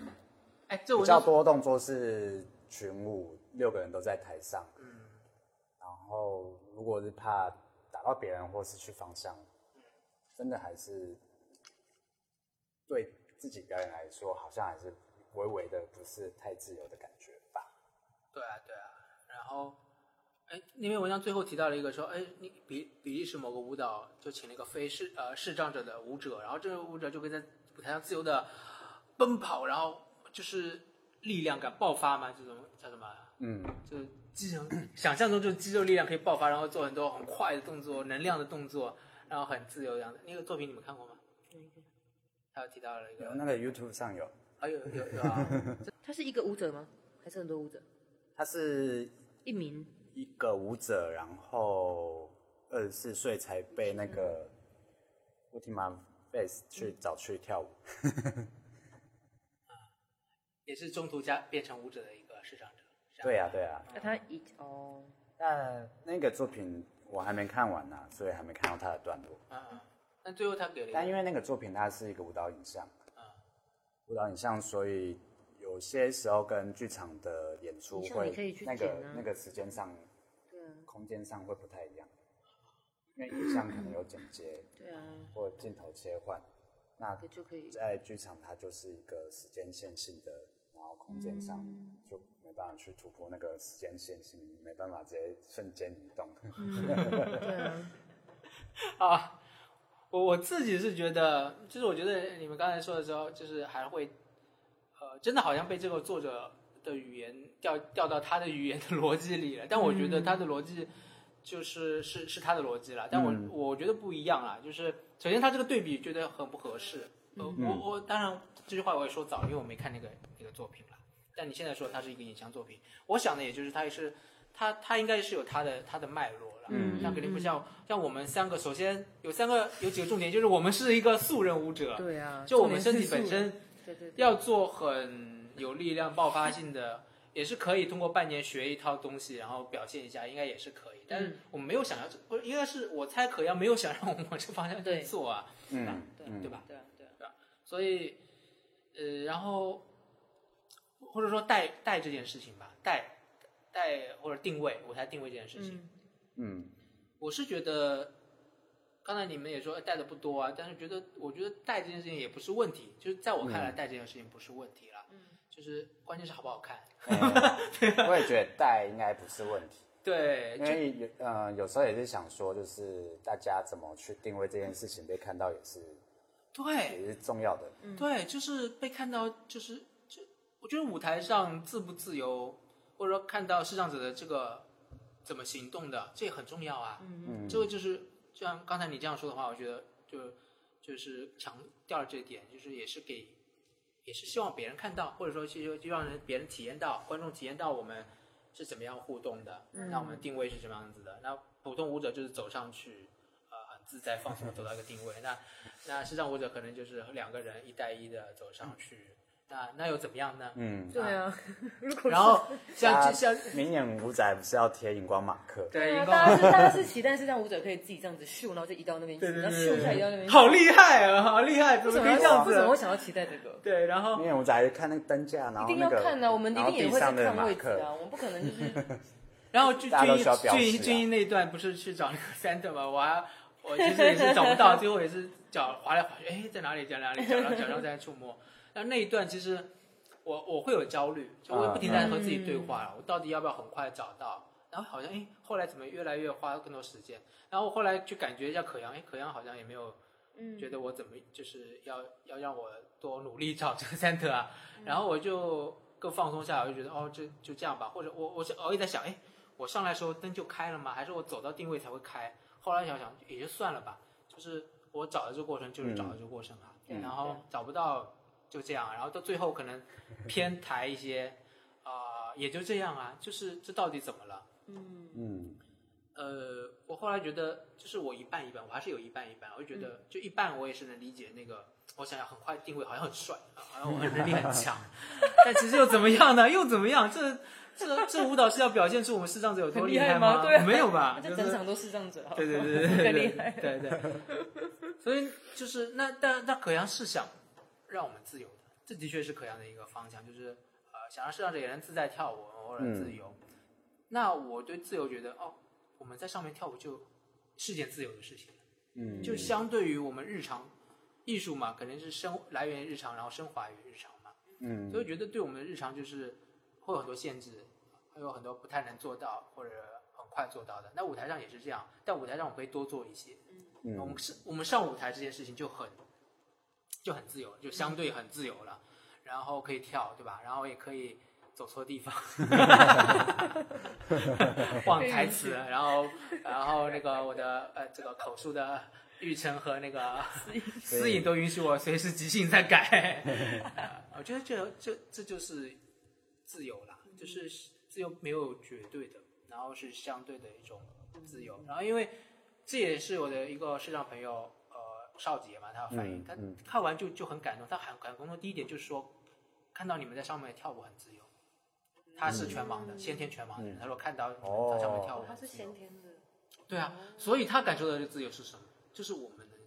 Speaker 1: 哎，这
Speaker 3: 比
Speaker 1: 我
Speaker 3: 较多动作是群舞，六个人都在台上。嗯，然后如果是怕打到别人或失去方向，真的还是对自己表演来说，好像还是微微的不是太自由的感觉吧。
Speaker 1: 对啊，对啊。然后，哎，那篇文章最后提到了一个说，哎，你比比利时某个舞蹈就请了一个非视呃视障者的舞者，然后这个舞者就可以在舞台上自由的呃奔跑，然后呃就是力量感爆发嘛，这种叫什么？啊
Speaker 3: 嗯，
Speaker 1: 就是肌肉想象中就是肌肉力量可以爆发，然后做很多很快的动作、能量的动作，然后很自由的样子。那个作品你们看过吗？他有提到了一
Speaker 3: 有
Speaker 1: 个，
Speaker 3: 那个 YouTube 上有，
Speaker 1: 哎有有有啊，
Speaker 5: 他是一个舞者吗？还是很多舞者？
Speaker 3: 他是
Speaker 5: 一名
Speaker 3: 一个舞者，然后二十四岁才被那个 Ultima Face 去找去跳舞。
Speaker 5: 嗯
Speaker 1: 也是中途加变成舞者的一个视障者。是吧
Speaker 3: 对呀、啊对呀、
Speaker 5: 那啊他一哦，
Speaker 3: 但那个作品我还没看完呢、啊所以还没看到他的段落。
Speaker 1: 嗯，但最后他给了一
Speaker 3: 但因
Speaker 1: 个，
Speaker 3: 为那个作品它是一个舞蹈影像，舞蹈影像，所以有些时候跟剧场的演出
Speaker 5: 影像
Speaker 3: 会
Speaker 5: 你可以去
Speaker 3: 那个
Speaker 5: 剪啊
Speaker 3: 那个时间上，空间上会不太一样，因为影像可能有剪接
Speaker 5: 对啊，
Speaker 3: 或镜头切换，那
Speaker 5: 也就可以。
Speaker 3: 在剧场它就是一个时间线性的，然后空间上
Speaker 5: 嗯
Speaker 3: 就没办法去突破那个时间线性，没办法直接瞬间移动。
Speaker 1: 啊，我我自己是觉得，就是我觉得你们刚才说的时候，就是还会，呃，真的好像被这个作者的语言掉掉到他的语言的逻辑里了。但我觉得他
Speaker 3: 嗯
Speaker 1: 的逻辑就是、是是他的逻辑了，但我、
Speaker 3: 嗯
Speaker 1: 我觉得不一样啦。就是首先他这个对比觉得很不合适。呃，
Speaker 3: 嗯
Speaker 1: 我我当然这句话我也说早，因为我没看那个那个作品啦。但你现在说它是一个影像作品，我想的也就是它也是它它应该是有它的它的脉络了，
Speaker 3: 嗯
Speaker 1: 那肯定不像像我们三个，首先有三个有几个重点，就是我们是一个素人舞者，
Speaker 5: 对啊，
Speaker 1: 就我们身体本身
Speaker 5: 对对对，
Speaker 1: 要做很有力量、爆发性的，也是可以通过半年学一套东西，然后表现一下，应该也是可以。但
Speaker 5: 嗯
Speaker 1: 是我们没有想要，不是应该是我猜可要没有想让我们往这方向去
Speaker 5: 对
Speaker 1: 做啊，
Speaker 3: 嗯，嗯
Speaker 1: 对吧？
Speaker 5: 对啊对啊，
Speaker 1: 所以，呃，然后或者说带带这件事情吧，带带或者定位舞台定位这件事情，
Speaker 5: 嗯
Speaker 3: 嗯。
Speaker 1: 我是觉得，刚才你们也说呃带的不多啊，但是觉得我觉得带这件事情也不是问题，就是在我看来带这件事情不是问题了，嗯，就是关键是好不好看，
Speaker 3: 嗯我也觉得带应该不是问题，
Speaker 5: 哎
Speaker 1: 对，
Speaker 3: 因
Speaker 1: 就
Speaker 3: 为有呃有时候也是想说，就是大家怎么去定位这件事情被看到也是
Speaker 1: 对
Speaker 3: 也是重要的。
Speaker 5: 嗯
Speaker 1: 对，就是被看到，就是就我觉得舞台上自不自由，或者说看到视障者的这个怎么行动的，这也很重要啊，嗯。
Speaker 3: 嗯，
Speaker 1: 这个就是就像刚才你这样说的话，我觉得就就是强调了这一点，就是也是给也是希望别人看到，或者说就就让人别人体验到，观众体验到我们是怎么样互动的，
Speaker 5: 嗯
Speaker 1: 那我们的定位是什么样子的。那普通舞者就是走上去，呃，很自在放松的走到一个定位。那那视障舞者可能就是两个人一带一的走上去，那那又怎么样呢？
Speaker 3: 嗯，
Speaker 5: 对啊， 如果是
Speaker 1: 然后像
Speaker 3: 大
Speaker 1: 就
Speaker 3: 家
Speaker 1: 像
Speaker 3: 明年舞仔不是要贴荧光马克？
Speaker 1: 对
Speaker 5: 对啊，
Speaker 1: 荧
Speaker 5: 大
Speaker 1: 光
Speaker 5: 家是大家是期待是让舞者可以自己这样子秀，然后就移到那边去，然后秀一下移到那边去。
Speaker 1: 好厉害啊，好厉害，怎
Speaker 5: 为
Speaker 1: 么
Speaker 5: 什
Speaker 1: 可以
Speaker 5: 么
Speaker 1: 这样
Speaker 5: 要为
Speaker 1: 子
Speaker 5: 什？么会想要期待这个？
Speaker 1: 对，然后
Speaker 3: 明年舞仔还是看那个灯架，然后
Speaker 5: 一定
Speaker 3: 那
Speaker 5: 要
Speaker 3: 个
Speaker 5: 看啊，我们一
Speaker 3: 然后
Speaker 5: 定也
Speaker 3: 地
Speaker 5: 会去
Speaker 3: 上的
Speaker 5: 看
Speaker 3: 马
Speaker 5: 位置
Speaker 3: 克，
Speaker 5: 啊，我们不可能就是
Speaker 1: 然后军
Speaker 3: 大家都
Speaker 1: 军
Speaker 3: 需要表示啊
Speaker 1: 军军医那一段不是去找那个三的吗？我还我其实也是找不到， 最后也是找划来划去，哎，在哪里，在哪里，找然后假装在触摸。但那一段其实我我会有焦虑，就我也不停在和自己对话
Speaker 3: 嗯
Speaker 1: 了，我到底要不要很快找到？然后好像哎，后来怎么越来越花更多时间？然后我后来就感觉一下可阳，哎，可阳好像也没有。觉得我怎么就是要要让我多努力找这个 center 啊，然后我就更放松下来，我就觉得哦，这就这样吧，或者我我是偶尔在想，哎，我上来的时候灯就开了吗？还是我走到定位才会开？后来想想也就算了吧，就是我找的这个过程就是找的这个过程啊，然后找不到就这样，然后到最后可能偏抬一些，啊、也就这样啊，就是这到底怎么了？
Speaker 3: 嗯，
Speaker 1: 呃，我后来觉得，就是我一半一半，我还是有一半一半。我就觉
Speaker 5: 嗯
Speaker 1: 得，就一半我也是能理解那个，我想要很快定位，好像很帅，啊好像我能力很强，但其实又怎么样呢？又怎么样？这这这舞蹈是要表现出我们视障者有多
Speaker 5: 很厉害
Speaker 1: 害
Speaker 5: 吗对啊
Speaker 1: 没有 吧？
Speaker 5: 这
Speaker 1: 就
Speaker 5: 整
Speaker 1: 是
Speaker 5: 场都是这样子 啊。
Speaker 1: 对对对对，
Speaker 5: 很厉害
Speaker 1: 对对。所以就是那但但可阳是想让我们自由的，这的确是可阳的一个方向，就是呃想让视障者也能自在跳舞，偶尔自由。那我对自由觉得哦，我们在上面跳舞就是件自由的事情，嗯，就相对于我们日常。艺术嘛，肯定是升来源于日常，然后升华于日常嘛。
Speaker 3: 嗯
Speaker 1: 所以我觉得对我们的日常就是会有很多限制，会有很多不太能做到或者很快做到的。那舞台上也是这样，但舞台上我可以多做一些。我
Speaker 3: 嗯
Speaker 1: 们是，我们上舞台这件事情就很就很自由，就相对很自由了。然后可以跳，对吧？然后也可以走错地方，忘台词，然后然后那个我的呃这个口述的玉成和那个 思颖都允许我随时即兴再 改。呃我觉得这这这就是自由啦，
Speaker 5: 嗯
Speaker 1: 就是自由没有绝对的，然后是相对的一种自由。然后因为这也是我的一个视障朋友，呃，邵杰嘛，他的反应，
Speaker 3: 嗯嗯
Speaker 1: 他看完就就很感动。他很感动的第一点就是说，看到你们在上面跳舞很自由。他
Speaker 3: 嗯
Speaker 1: 是全盲的，先天全盲的人。他说看到你们在上
Speaker 3: 哦
Speaker 1: 面跳舞
Speaker 5: 哦他
Speaker 1: 很
Speaker 5: 是
Speaker 1: 自由，
Speaker 5: 先天的，
Speaker 1: 对啊，所以他感受到的自由是什么？就是我们能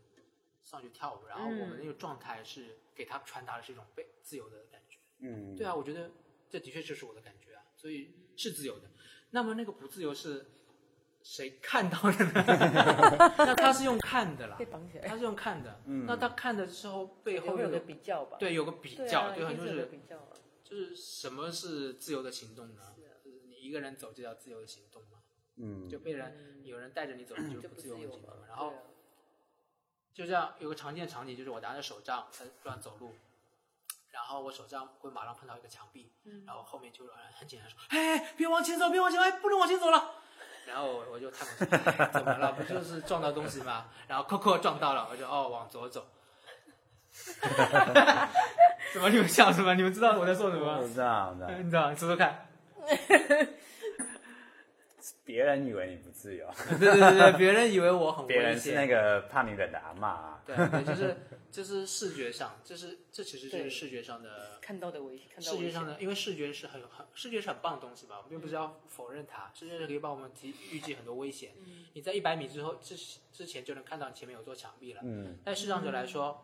Speaker 1: 上去跳舞，然后
Speaker 5: 嗯
Speaker 1: 我们那个状态是给他传达的是一种被自由的感觉。
Speaker 3: 嗯，
Speaker 1: 对啊，我觉得这的确就是我的感觉啊，所以是自由的。那么那个不自由是谁看到的呢？ 那他是用看的啦，
Speaker 5: 被绑起来，
Speaker 1: 他是用看的。那他看的时候背
Speaker 5: 也
Speaker 1: 后
Speaker 5: 会有
Speaker 1: 有个
Speaker 5: 个比较吧？
Speaker 1: 对有个比
Speaker 5: 对
Speaker 1: 较，
Speaker 5: 啊，
Speaker 1: 对，
Speaker 5: 一
Speaker 1: 就
Speaker 5: 定会有
Speaker 1: 是
Speaker 5: 个比较啊。
Speaker 1: 就是什么是自由的行动呢？就是你一个人走，这叫自由的行动吗？
Speaker 3: 嗯
Speaker 1: 就被人有人带着你走，你就
Speaker 5: 就
Speaker 1: 不
Speaker 5: 不
Speaker 1: 自
Speaker 5: 自
Speaker 1: 由的
Speaker 5: 由
Speaker 1: 行动
Speaker 5: 嘛
Speaker 1: 了。然后就这样有个常见场景，就是我拿着手杖在乱走路，然后我手杖会马上碰到一个墙壁，然后后面就有人很紧张说：“哎，别往前走，别往前走，哎，不能往前走了。”然后我我就探过去，哎怎么了？不就是撞到东西吗？然后 Coco 撞到了，我就哦往左走。 怎么你们笑什么？你们知道我在说什么
Speaker 3: 我
Speaker 1: 吗？
Speaker 3: 知道，我知道，
Speaker 1: 你知道，你说说看。
Speaker 3: 别人以为你不自由，
Speaker 1: 对对对对，别人以为我很危险。
Speaker 3: 别人是那个怕你冷的阿嬷啊，
Speaker 1: 对对，就是就是视觉上，就是这其实就是
Speaker 5: 对
Speaker 1: 视觉上的
Speaker 5: 看到的危险，看到
Speaker 1: 视觉
Speaker 5: 危
Speaker 1: 上
Speaker 5: 险，嗯
Speaker 1: 的，因为视觉是很很视觉是很棒的东西吧，我们并不是要否认它，视觉是可以帮我们提预计很多危险。
Speaker 5: 嗯
Speaker 1: 你在一百米之后之之前就能看到你前面有座墙壁了。
Speaker 3: 嗯，
Speaker 1: 但视障者来说，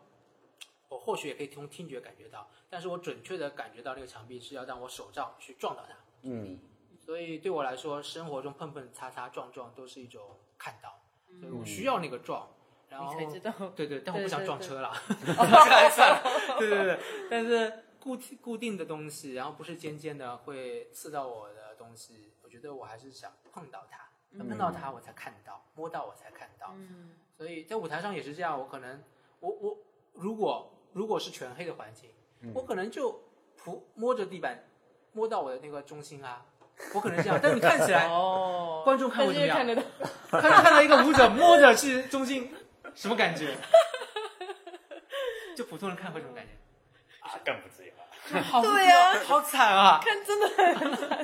Speaker 1: 我或许也可以从听觉感觉到，但是我准确的感觉到那个墙壁是要让我手杖去撞到它。
Speaker 3: 嗯，
Speaker 1: 所以对我来说，生活中碰碰擦擦撞撞都是一种看到，所以我需要那个撞，然后
Speaker 5: 嗯你才知道
Speaker 1: 对对，但我
Speaker 5: 对
Speaker 1: 不想
Speaker 5: 对
Speaker 1: 撞
Speaker 5: 对
Speaker 1: 车了， 算了算了， 对对对，但是固定固定的东西，然后不是尖尖的会刺到我的东西，我觉得我还是想碰到它，
Speaker 3: 嗯
Speaker 1: 碰到它我才看到，摸到我才看到，
Speaker 5: 嗯，
Speaker 1: 所以在舞台上也是这样，我可能我我如果如果是全黑的环境，我可能就扑摸着地板，摸到我的那个中心啊，我可能这样，但你看起来
Speaker 5: 哦，
Speaker 1: 观众看我怎么样
Speaker 5: 但是看得到，
Speaker 1: 看看到一个舞者摸着去中心，什么感 觉？就普通人看会什么感觉？
Speaker 3: 啊更不自由了，
Speaker 1: 好
Speaker 5: 对呀
Speaker 1: 好惨啊，
Speaker 5: 看真的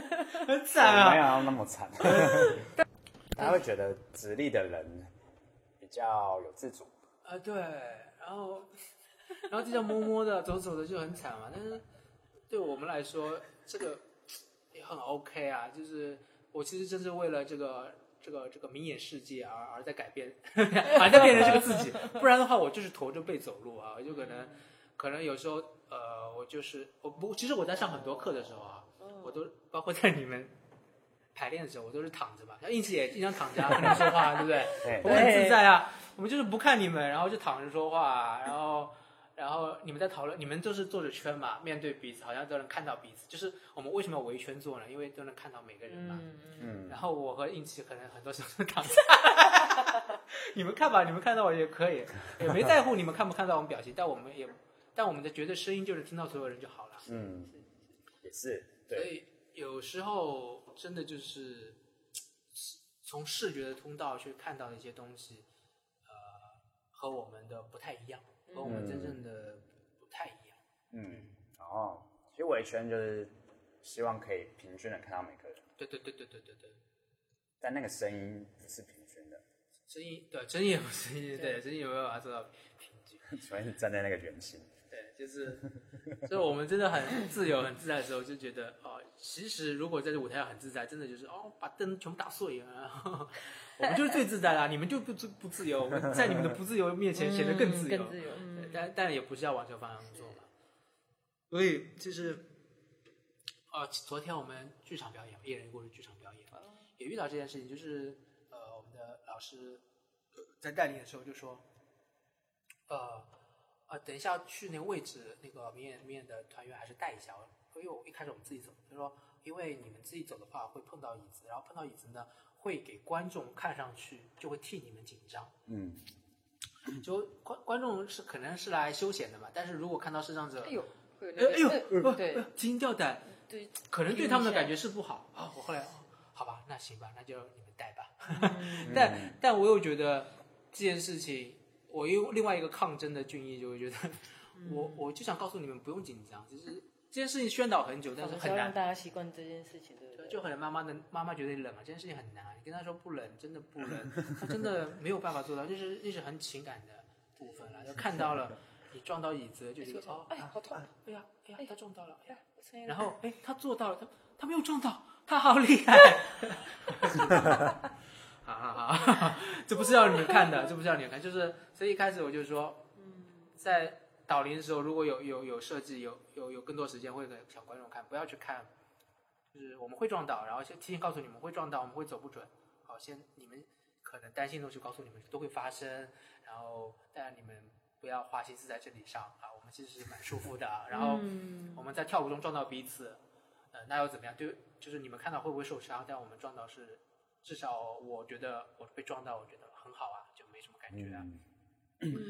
Speaker 1: 很惨
Speaker 3: 没
Speaker 1: 啊！
Speaker 3: 有到那么惨， 大家会觉得直立的人比较有自主，
Speaker 1: 啊，对，然后然后就这样摸摸的走走的就很惨嘛，但是对我们来说这个也很 OK 啊，就是我其实真是为了这个。这个这个明眼世界而而在改变， 而在变成这个自己，不然的话我就是驼着背走路啊，我就可能可能有时候呃，我就是我不，其实我在上很多课的时候啊，我都包括在你们排练的时候，我都是躺着嘛，像应气也经常躺着、啊，跟你说话，对不对？
Speaker 3: 对
Speaker 1: 我很自在啊，我们就是不看你们，然后就躺着说话，然后然后你们在讨论，你们就是坐着圈嘛，面对彼此，好像都能看到彼此。就是我们为什么要围圈坐呢？因为都能看到每个人嘛。
Speaker 3: 嗯
Speaker 1: 然后我和应气可能很多时候都躺着， 你们看吧，你们看到我也可以，也没在乎你们看不看到我们表情，但我们也，但我们的觉得声音就是听到所有人就好了。
Speaker 3: 嗯，也是，
Speaker 1: 所
Speaker 3: 对，
Speaker 1: 以有时候真的就是从视觉的通道去看到的一些东西，呃，和我们的不太一样，和我们真正的不太一样。
Speaker 3: 嗯，然后其实维圈就是希望可以平均的看到每个人，
Speaker 1: 对对对对对对对，
Speaker 3: 但那个声音不是平均的，
Speaker 1: 声音对声音也不是 声音，对声音有没有办法做到平均？
Speaker 3: 所以你站在那个圆心，
Speaker 1: 对，就是，所以我们真的很自由、很自在的时候，就觉得哦，其实如果在这舞台上很自在，真的就是哦，把灯全部打碎啊， 我们就是最自在啦，你们就不自不自由，我们在你们的不自由面前显得更自由，
Speaker 5: 嗯更自由，
Speaker 1: 对但但也不是要完全放羊做嘛。所以就是，呃，昨天我们剧场表演，一人一故事剧场表演，
Speaker 5: 哦
Speaker 1: 也遇到这件事情，就是呃，我们的老师呃在带领的时候就说，呃，呃，等一下去那个位置，那个明眼明眼的团员还是带一下，因为我一开始我们自己走，他说因为你们自己走的话会碰到椅子，然后碰到椅子呢会给观众看上去就会替你们紧张，
Speaker 3: 嗯，
Speaker 1: 就观观众是可能是来休闲的嘛，但是如果看到视障者，
Speaker 5: 哎呦，会有
Speaker 1: 哎哎呦，
Speaker 5: 那
Speaker 1: 不
Speaker 5: 个对
Speaker 1: 提心吊胆，
Speaker 5: 对，
Speaker 1: 可能对他们的感觉是不好啊。我后来，哦好吧，那行吧，那就你们带吧。 但但我又觉得这件事情，我又另外一个抗争的俊逸就会觉得，我我就想告诉你们不用紧张，就是这件事情宣导很久，但是
Speaker 5: 是要
Speaker 1: 很难
Speaker 5: 让。大家习惯这件事情，对不对？
Speaker 1: 就很妈妈的妈妈觉得冷啊，这件事情很难。你跟她说不冷，真的不冷，她真的没有办法做到，这是这是很情感的部分了。就看到了你撞到椅子，就觉得哦，
Speaker 5: 哎，好痛！
Speaker 1: 哎呀哎呀，她撞到了，哎呀，
Speaker 5: 声音
Speaker 1: 然 后哎，他做到了，他他没有撞到，他好厉害！ 好好好，这不是让你们看的，这不是让你们看，就是所以一开始我就说，在导林的时候，如果有有有设计，有有有更多时间会给小观众看，不要去看，就是我们会撞到，然后先提醒告诉你们会撞到，我们会走不准，好，先你们可能担心的东西告诉你们都会发生，然后但你们不要花心思在这里上啊，我们其实是蛮舒服的，啊然后。我们在跳舞中撞到彼此，呃，那又怎么样？就就是你们看到会不会受伤？但我们撞到是，至少我觉得我被撞到，我觉得很好啊，就没什
Speaker 3: 嗯
Speaker 1: 么感觉啊，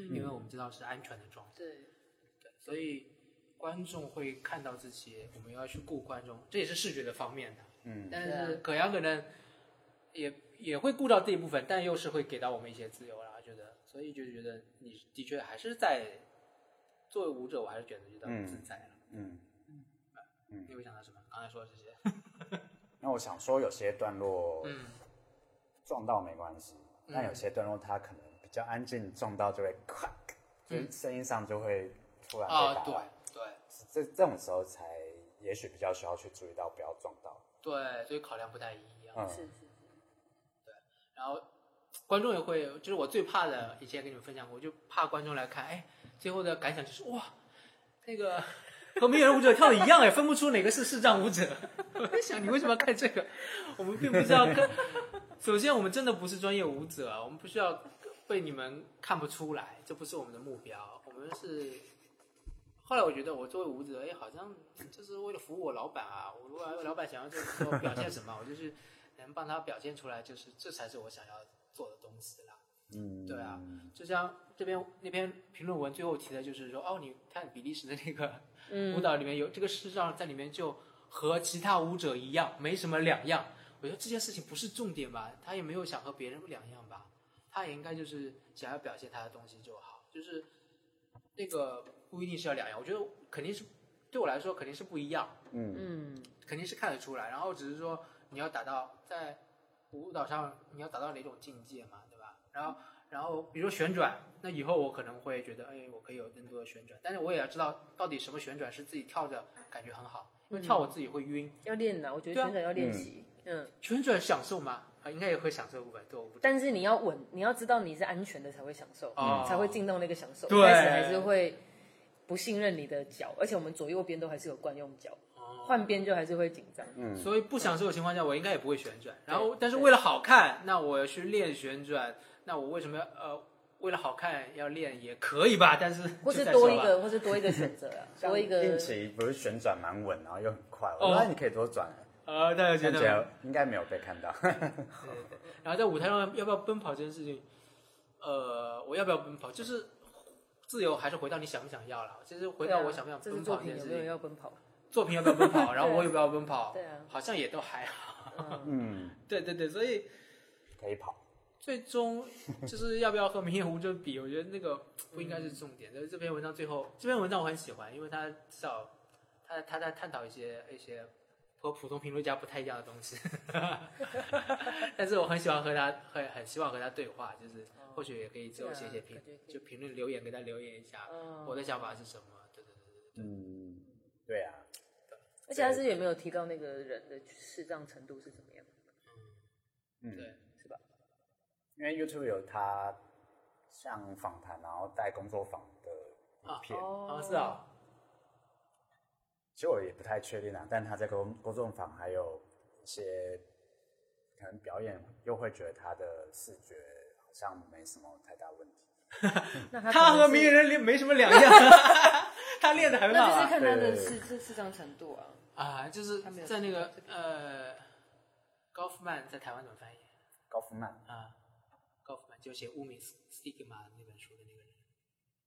Speaker 1: 因为我们知道是安全的撞，
Speaker 5: 对，
Speaker 1: 所以观众会看到自己，我们要去顾观众，这也是视觉的方面的。
Speaker 3: 嗯，
Speaker 1: 但
Speaker 5: 对
Speaker 1: 是葛阳可能也也会顾到这一部分，但又是会给到我们一些自由啦，觉得，所以就觉得你的确还是在作为舞者，我还是觉得觉得
Speaker 3: 嗯
Speaker 1: 自在了。
Speaker 3: 嗯，
Speaker 1: 你会想到什么？刚才说的这些，
Speaker 3: 那我想说有些段落
Speaker 1: 嗯，
Speaker 3: 撞到没关系，但有些段落它可能比较安静，撞到就会咔，就是声音上就会突然被
Speaker 1: 啊，
Speaker 3: 打
Speaker 1: 对
Speaker 3: 断。
Speaker 1: 嗯对
Speaker 3: 这这种时候才也许比较需要去注意到不要撞到。
Speaker 1: 对，所以考量不太一样。
Speaker 3: 嗯，
Speaker 7: 是是
Speaker 1: 然后观众也会，就是我最怕的，以前跟你们分享过，我就怕观众来看，哎，最后的感想就是哇，那个 和没有人舞者跳的一样，哎，分不出哪个是视障舞者。 我在想，你为什么要看这个？我们并不是要看， 首先我们真的不是专业舞者啊，我们不需要被你们看不出来，这不是我们的目标，我们是。后来我觉得，我作为舞者，哎，好像就是为了服务我老板啊。我如果老板想要这给我表现什么，我就是能帮他表现出来，就是这才是我想要做的东西啦。
Speaker 3: 嗯，
Speaker 1: 对啊，就像这边那篇评论文最后提的，就是说，哦，你看比利时的那个
Speaker 5: 嗯
Speaker 1: 舞蹈里面有、这个事实上在里面就和其他舞者一样，没什么两样。我觉得这件事情不是重点吧，他也没有想和别人两样吧，他也应该就是想要表现他的东西就好，就是那个不一定是要两样，我觉得肯定是对我来说肯定是不一样，
Speaker 3: 嗯
Speaker 1: 肯定是看得出来。然后只是说你要达到在舞蹈上你要达到哪种境界嘛，对吧？然后然后比如说旋转，那以后我可能会觉得，哎，我可以有更多的旋转，但是我也要知道到底什么旋转是自己跳着感觉很好，因为跳我自己会晕。
Speaker 5: 要练呐，我觉得
Speaker 1: 对啊
Speaker 5: 旋转要练习，嗯，
Speaker 1: 旋转享受嘛，啊，应该也会享受部分，对，我不知道
Speaker 5: 但是你要稳，你要知道你是安全的才会享受，
Speaker 1: 哦
Speaker 5: 才会进到那个享受。
Speaker 1: 对
Speaker 5: 一开始还是会不信任你的脚，而且我们左右边都还是有惯用脚，
Speaker 1: 哦
Speaker 5: 换边就还是会紧张。
Speaker 3: 嗯，
Speaker 1: 所以不享受的情况下，我应该也不会旋转。然后，但是为了好看，那我要去练旋转，那我为什么要呃，为了好看要练也可以吧？但是
Speaker 5: 或是
Speaker 1: 就在
Speaker 5: 多
Speaker 1: 手
Speaker 5: 一
Speaker 1: 吧
Speaker 5: 个，或是多一个选择 啊，多一个
Speaker 3: 应奇不是旋转蛮稳，然后又很快，
Speaker 1: 哦
Speaker 3: 我觉得你可以多转，
Speaker 1: 呃，大家觉
Speaker 3: 但
Speaker 1: 得
Speaker 3: 觉
Speaker 1: 吗
Speaker 3: 得应该没有被看到。
Speaker 1: 然后在舞台上要不要奔跑这件事情，呃，我要不要奔跑，就是自由还是回到你想不想要了。其实回
Speaker 5: 对啊
Speaker 1: 到我想不想
Speaker 5: 这是
Speaker 1: 奔
Speaker 5: 作
Speaker 1: 跑这
Speaker 5: 品
Speaker 1: 件
Speaker 5: 有
Speaker 1: 事
Speaker 5: 没有
Speaker 1: 情，
Speaker 5: 要 奔跑？
Speaker 1: 作品要不要奔跑，然后我要不要奔跑，
Speaker 5: 对啊
Speaker 1: 好像也都还好。
Speaker 3: 嗯，
Speaker 1: 对对对，所以
Speaker 3: 可以跑。
Speaker 1: 最 终就是要不要和明夜无争比，我觉得那 个不应该是重点。但是这篇文章最后，这篇文章我很喜欢，因为它至少他他在探讨一些一些和普通评论家不太一样的东 西，但是我很喜欢和他，很很希望和他对话，就是或许也可以之后写写
Speaker 5: 啊
Speaker 1: 评，就评论留言给他留言一下，
Speaker 5: 嗯
Speaker 1: 我的想法是什么？对对对对
Speaker 3: 嗯，对啊，
Speaker 5: 而且他是有没有提到那个人的适当程度是怎么样？
Speaker 3: 嗯，
Speaker 1: 对，
Speaker 3: 是吧？因为 YouTube 有它像访谈，然后带工作坊的影片，
Speaker 5: 哦
Speaker 1: 对，啊是啊，
Speaker 3: 其实我也不太确定啊，但他在工工作坊还有一些可能表演，又会觉得他的视觉好像没什么太大问题。
Speaker 5: 那他
Speaker 1: 他
Speaker 5: 可
Speaker 1: 和
Speaker 5: 能是
Speaker 1: 名人啊练没什么两 样，他练的很好、
Speaker 5: 那就是
Speaker 1: 啊。
Speaker 5: 看他的
Speaker 3: 对
Speaker 5: 市市市场程度啊。
Speaker 1: 啊，就是
Speaker 5: 他没有
Speaker 1: 在那个呃，高夫曼在台湾怎么翻译
Speaker 3: 高夫曼
Speaker 1: 啊？高夫曼就写《污名 stigma》那本书的那个人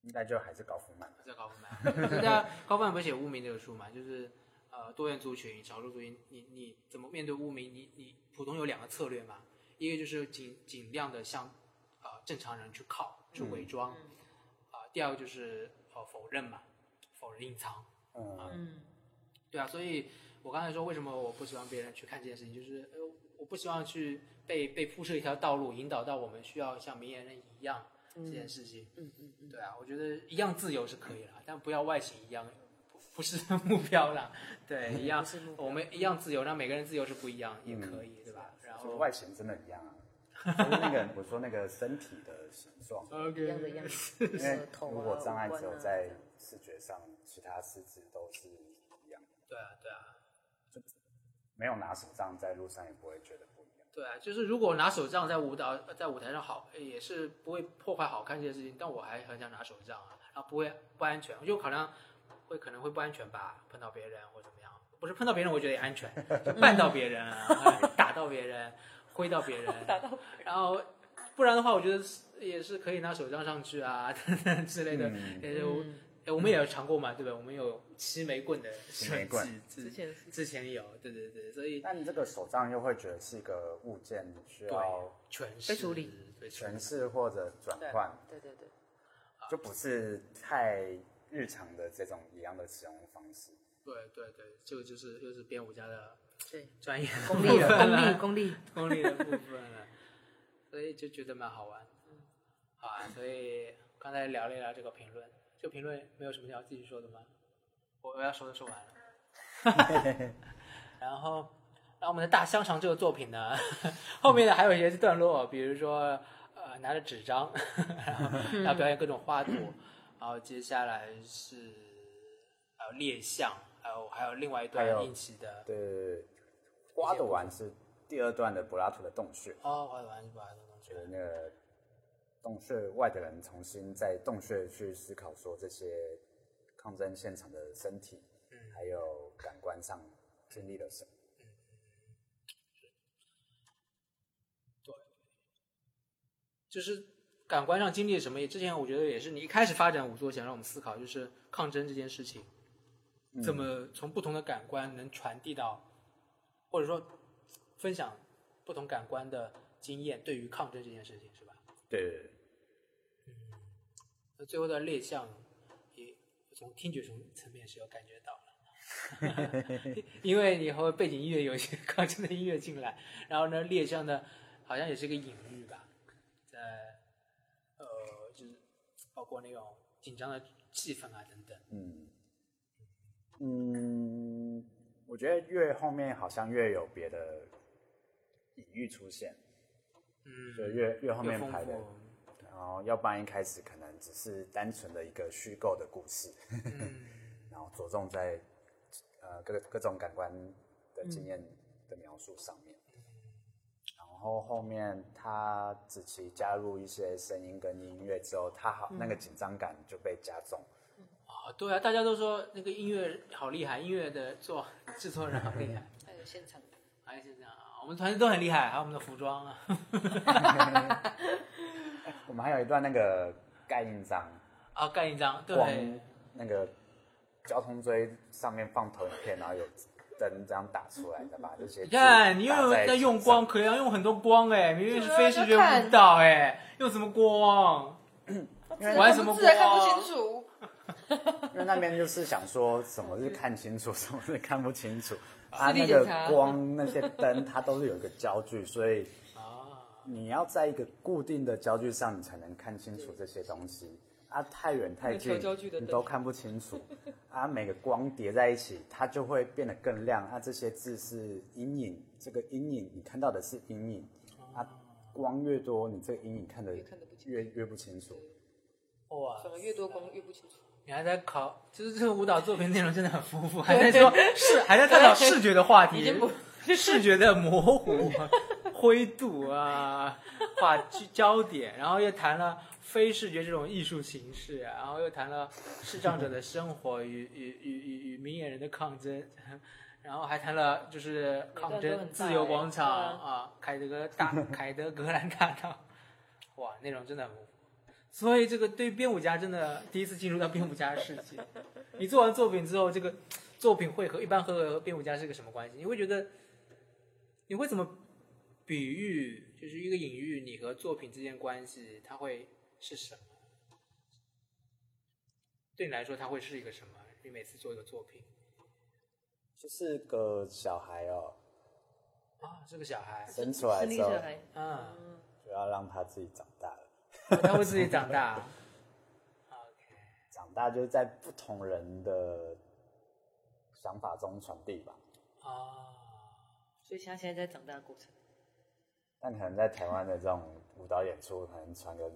Speaker 3: 应该就还是高夫曼吧。
Speaker 1: 叫高夫 曼。大家高夫曼不是写《污名》这个书嘛？就是呃，多元族群、少数族群，你你怎么面对污名？你你普通有两个策略嘛，一个就是尽尽量的向呃正常人去靠，去伪装啊、第二个就是呃否认嘛，否认隐藏。
Speaker 3: 嗯，
Speaker 5: 嗯，
Speaker 1: 对啊，所以我刚才说为什么我不希望别人去看这件事情，就是呃，我不希望去被被铺设一条道路，引导到我们需要像明眼人一样这件事情。嗯嗯嗯。对啊，我觉得一样自由是可以啦，但不要外形一样，不不是 目标啦。对，一样
Speaker 5: 是目，标
Speaker 1: 我们一样自由，让每个人自由是不一样，也可以，对吧？然
Speaker 3: 就是
Speaker 1: 后
Speaker 3: 外形真的一样啊。就是那个我说那个身体的形状，
Speaker 1: OK，
Speaker 8: 一样的样 子，
Speaker 3: 因
Speaker 8: 舌
Speaker 3: 为
Speaker 8: 头啊，
Speaker 3: 如果障碍
Speaker 8: 五官
Speaker 3: 只有
Speaker 8: 啊
Speaker 3: 在视觉上，其他四肢都是一样的，
Speaker 1: 对啊，对啊。
Speaker 3: 没有拿手杖在路上也不会觉得不一样。
Speaker 1: 对啊，就是如果拿手杖在舞蹈在舞台上好，呃也是不会破坏好看这件事情，但我还很想拿手杖啊，然后不会不安全，我就考量会可能会不安全吧，碰到别人或怎么样，不是碰到别人我觉得也安全，就绊到别人啊，打到别人，挥到别人，打到然后不然的话，我觉得是也是可以拿手杖上去啊 等等之类的，
Speaker 3: 嗯
Speaker 1: 也就。哎我们也有尝过嘛，对吧？我们有七枚棍的设
Speaker 3: 枚棍
Speaker 1: 计，之
Speaker 5: 之前是
Speaker 1: 之前有，对对对，所以
Speaker 3: 但这个手杖又会觉得是一个物件，需要
Speaker 1: 诠释
Speaker 5: 被处理，
Speaker 1: 被处理
Speaker 3: 诠释或者转换，
Speaker 9: 对对对，
Speaker 3: 就不是太日常的这种一样的使用方式。
Speaker 1: 对对对，这个就是又是编舞家的
Speaker 5: 对
Speaker 1: 专业
Speaker 5: 功利
Speaker 1: 的
Speaker 5: 了，
Speaker 1: 部分
Speaker 5: 功 利，
Speaker 1: 了功
Speaker 5: 功利。
Speaker 1: 力的部分了， 所以就觉得蛮好玩。好啊，所以刚才聊了一聊这个评论，这个评论没有什么要继续说的吗？我我要说的说完了。 然后，然后我们的大香肠这个作品呢， 后面的还有一些段落，比如说呃拿着纸张， 然后要表演各种花朵，然后接下来是还有猎象，还有还有另外一
Speaker 3: 还
Speaker 1: 段
Speaker 3: 有
Speaker 1: 应起的
Speaker 3: 对，花朵丸是第二段的柏拉图的洞穴，
Speaker 1: 哦，我玩把这个东西
Speaker 3: 觉。得那个洞穴外的人重新在洞穴去思考说这些抗争现场的身体，还有感官上经历了什么。
Speaker 1: 就是感官上经历了什么，也之前我觉得也是你一开始发展五座想让我们思考，就是抗争这件事情，怎么从不同的感官能传递到，或者说分享不同感官的经验对于抗争这件事情，是吧？
Speaker 3: 对，
Speaker 1: 那最后的猎象也从听觉层层面是有感觉到了， 因为你和背景音乐有一些 抗争的音乐进来，然后呢，猎象呢好像也是个隐喻吧，在呃就是包括那种紧张的气氛啊等等，
Speaker 3: 嗯，嗯，我觉得越后面好像越有别的隐喻出现，
Speaker 1: 嗯，
Speaker 3: 就越越后
Speaker 1: 又
Speaker 3: 面
Speaker 1: 丰
Speaker 3: 排的
Speaker 1: 富，
Speaker 3: 然后要不然一开始可能只是单纯的一个虚构的故事，
Speaker 1: 嗯
Speaker 3: 然后着重在呃各各种感官的
Speaker 1: 嗯
Speaker 3: 经验的描述上面。然后后面他子琪加入一些声音跟音乐之后，他好、那
Speaker 1: 嗯
Speaker 3: 个紧张感就被加重。
Speaker 1: 哦，对啊，大家都说那个音乐好厉害，音乐的做制作人好厉 害，
Speaker 5: 还有现场的
Speaker 1: 还是这样啊，我们团队都很厉害，还有我们的服装啊。
Speaker 3: 我们还有一段那个盖印章，
Speaker 1: 啊，盖一张，对，
Speaker 3: 光那个交通锥上面放投影片，然后有灯这样打出来的吧？这些
Speaker 1: 你看，你又
Speaker 3: 有
Speaker 1: 有在用光，，可以要用很多光哎，明明是非视觉
Speaker 10: 对啊就看
Speaker 1: 舞蹈哎，用什么光？玩什么啊
Speaker 10: 字还看
Speaker 1: 光
Speaker 10: 不清楚。
Speaker 3: 因为那边就是想说什么是看清楚，什么是看不清
Speaker 5: 哦
Speaker 3: 楚。它
Speaker 5: 力
Speaker 3: 那
Speaker 5: 检
Speaker 3: 个
Speaker 5: 查
Speaker 3: 光那些灯，它都是有一个焦距，所以
Speaker 5: 哦
Speaker 1: 啊，
Speaker 3: 你要在一个固定的焦距上，你才能看清楚这些东西。啊，太远太
Speaker 5: 那
Speaker 3: 近
Speaker 5: 个求焦距的，
Speaker 3: 你
Speaker 5: 灯
Speaker 3: 都看不 清楚。啊，每个光叠在一起，它就会变得更亮。啊，这些字是阴影，这个阴影你看到的是阴影。啊，光越多，你这个阴影看得
Speaker 5: 越哦看得不清
Speaker 3: 越越不清楚。
Speaker 1: 哇，
Speaker 5: 反而越多光越不清楚。
Speaker 1: 你还在考，就是这个舞蹈作品内容真的很丰 富，还在说视，还在探讨视觉的话题，视觉的模 糊、灰度啊，画焦点，然后又谈了非视觉这种艺术形式，然后又谈了视障者的生活与与与与与明眼人的抗争， 然后还谈了就是抗
Speaker 2: 每段都
Speaker 1: 争
Speaker 2: 很大
Speaker 1: 自由广场
Speaker 2: 哎嗯
Speaker 1: 啊，凯德格大 凯德格兰大道，哇，内容真的很丰富。所以这个对编舞家真的第一次进入到编舞家的世界。 你做完作品之后，这个作品会和一般和编舞家是个什么关系？你会觉得你会怎么比喻，就是一个隐喻，你和作品之间关系，它会是什么？对你来说，它会是一个什么？你每次做一个作品
Speaker 3: 就是个小孩哦，
Speaker 1: 啊，这个小孩，
Speaker 3: 生出来
Speaker 2: 生理
Speaker 3: 之后
Speaker 2: 小孩，
Speaker 1: 啊，
Speaker 2: 嗯
Speaker 3: 就要让他自己长大了。
Speaker 1: 他会自己长大。
Speaker 3: 长大就是在不同人的想法中传递吧。
Speaker 1: 啊，
Speaker 2: 所以像现在在长大的过程，
Speaker 3: 但可能在台湾的这种舞蹈演出，可能传个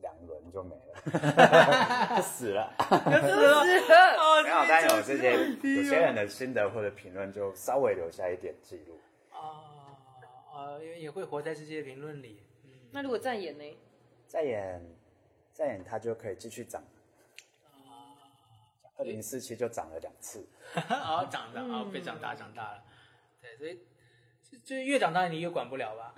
Speaker 3: 两轮就没了，就死了。
Speaker 1: 哦，
Speaker 3: 没有，但有这些有些人的心得或者评论，就稍微留下一点记录。
Speaker 1: 啊啊，也也会活在这些评论里。
Speaker 2: 那如果站演呢？
Speaker 3: 再演，再演，他就可以继续长。二零四七就长了两次，
Speaker 1: 啊，长大啊，被长大
Speaker 3: 嗯
Speaker 1: 长大了，对，所以就就越长大你越管不了吧？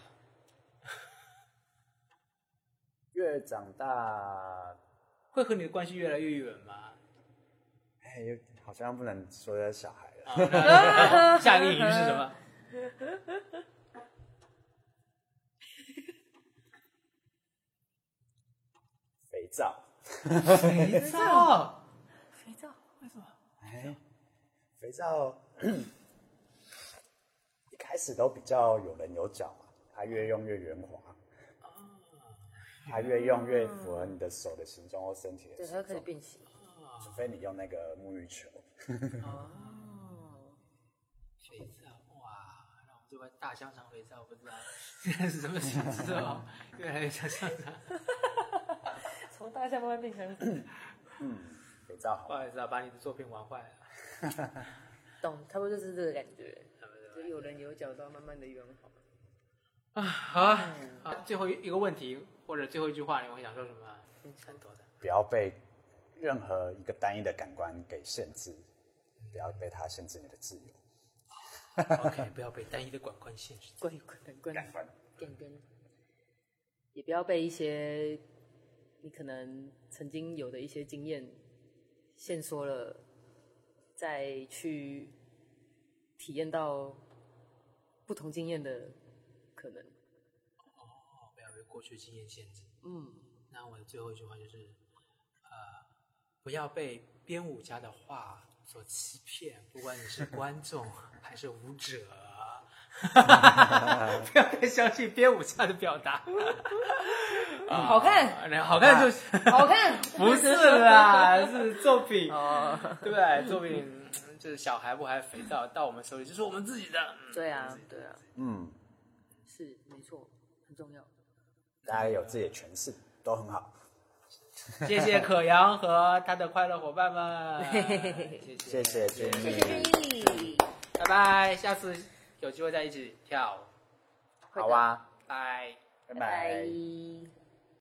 Speaker 3: 越长大，
Speaker 1: 会和你的关系越来越远吗？
Speaker 3: 哎，又好像不能说是小孩了。
Speaker 1: 啊那下一个隐喻是什么？
Speaker 3: 肥皂，
Speaker 1: 肥皂，
Speaker 3: 哎，肥皂一开始都比较有棱有角嘛，它越用越圆滑，它越用越符合你的手的形状或身体的
Speaker 5: 对，
Speaker 3: 形
Speaker 5: 它可以
Speaker 3: 状，
Speaker 5: 变形。
Speaker 3: 除非你用那个沐浴球。
Speaker 2: 哦
Speaker 1: 肥皂，啊哇！那我们这块大香肠肥皂不知道 现在是什么形式 哦，越来越像香肠。
Speaker 2: 从大象慢慢变
Speaker 5: 嗯
Speaker 2: 成
Speaker 3: 肥皂
Speaker 1: 不
Speaker 3: 好，
Speaker 1: 好意思啊，把你的作品玩坏了。
Speaker 5: 懂，差不多就是这个感觉，就有棱有角，到慢慢的圆滑。
Speaker 1: 好啊，好，最后一个问题或者最后一句话，你会想说什么 啊？很多的。
Speaker 3: 不要被任何一个单一的感官给限制，不要被它限制你的自由。
Speaker 1: OK，不要被单一的管控限制。
Speaker 5: 关关关
Speaker 3: 感官
Speaker 5: 变更，也不要被一些你可能曾经有的一些经验限缩了，再去体验到不同经验的可能。
Speaker 1: 不要被过去经验限制。嗯， 那我的最后一句话就是，呃，不要被编舞家的话所欺骗，不管你是观众还是舞者，不要太相信编舞家的表达。啊
Speaker 2: 好看，
Speaker 1: 那好看就是
Speaker 5: 啊
Speaker 2: 好看，
Speaker 1: 不是 啦，是作品，
Speaker 5: 哦
Speaker 1: 对不对？作品就是小孩不还肥皂到我们手里，就是我们自己的。嗯
Speaker 5: 对啊，对啊，
Speaker 3: 嗯，
Speaker 5: 是没错，很重要。
Speaker 3: 大家有自己的诠释都很好。
Speaker 1: 嗯谢谢可阳和他的快乐伙伴们，
Speaker 3: 谢谢君
Speaker 1: 谢
Speaker 3: 毅，
Speaker 1: 拜拜，下次有机会再一起跳，
Speaker 3: 好啊，
Speaker 1: 拜。
Speaker 3: 拜拜
Speaker 5: 拜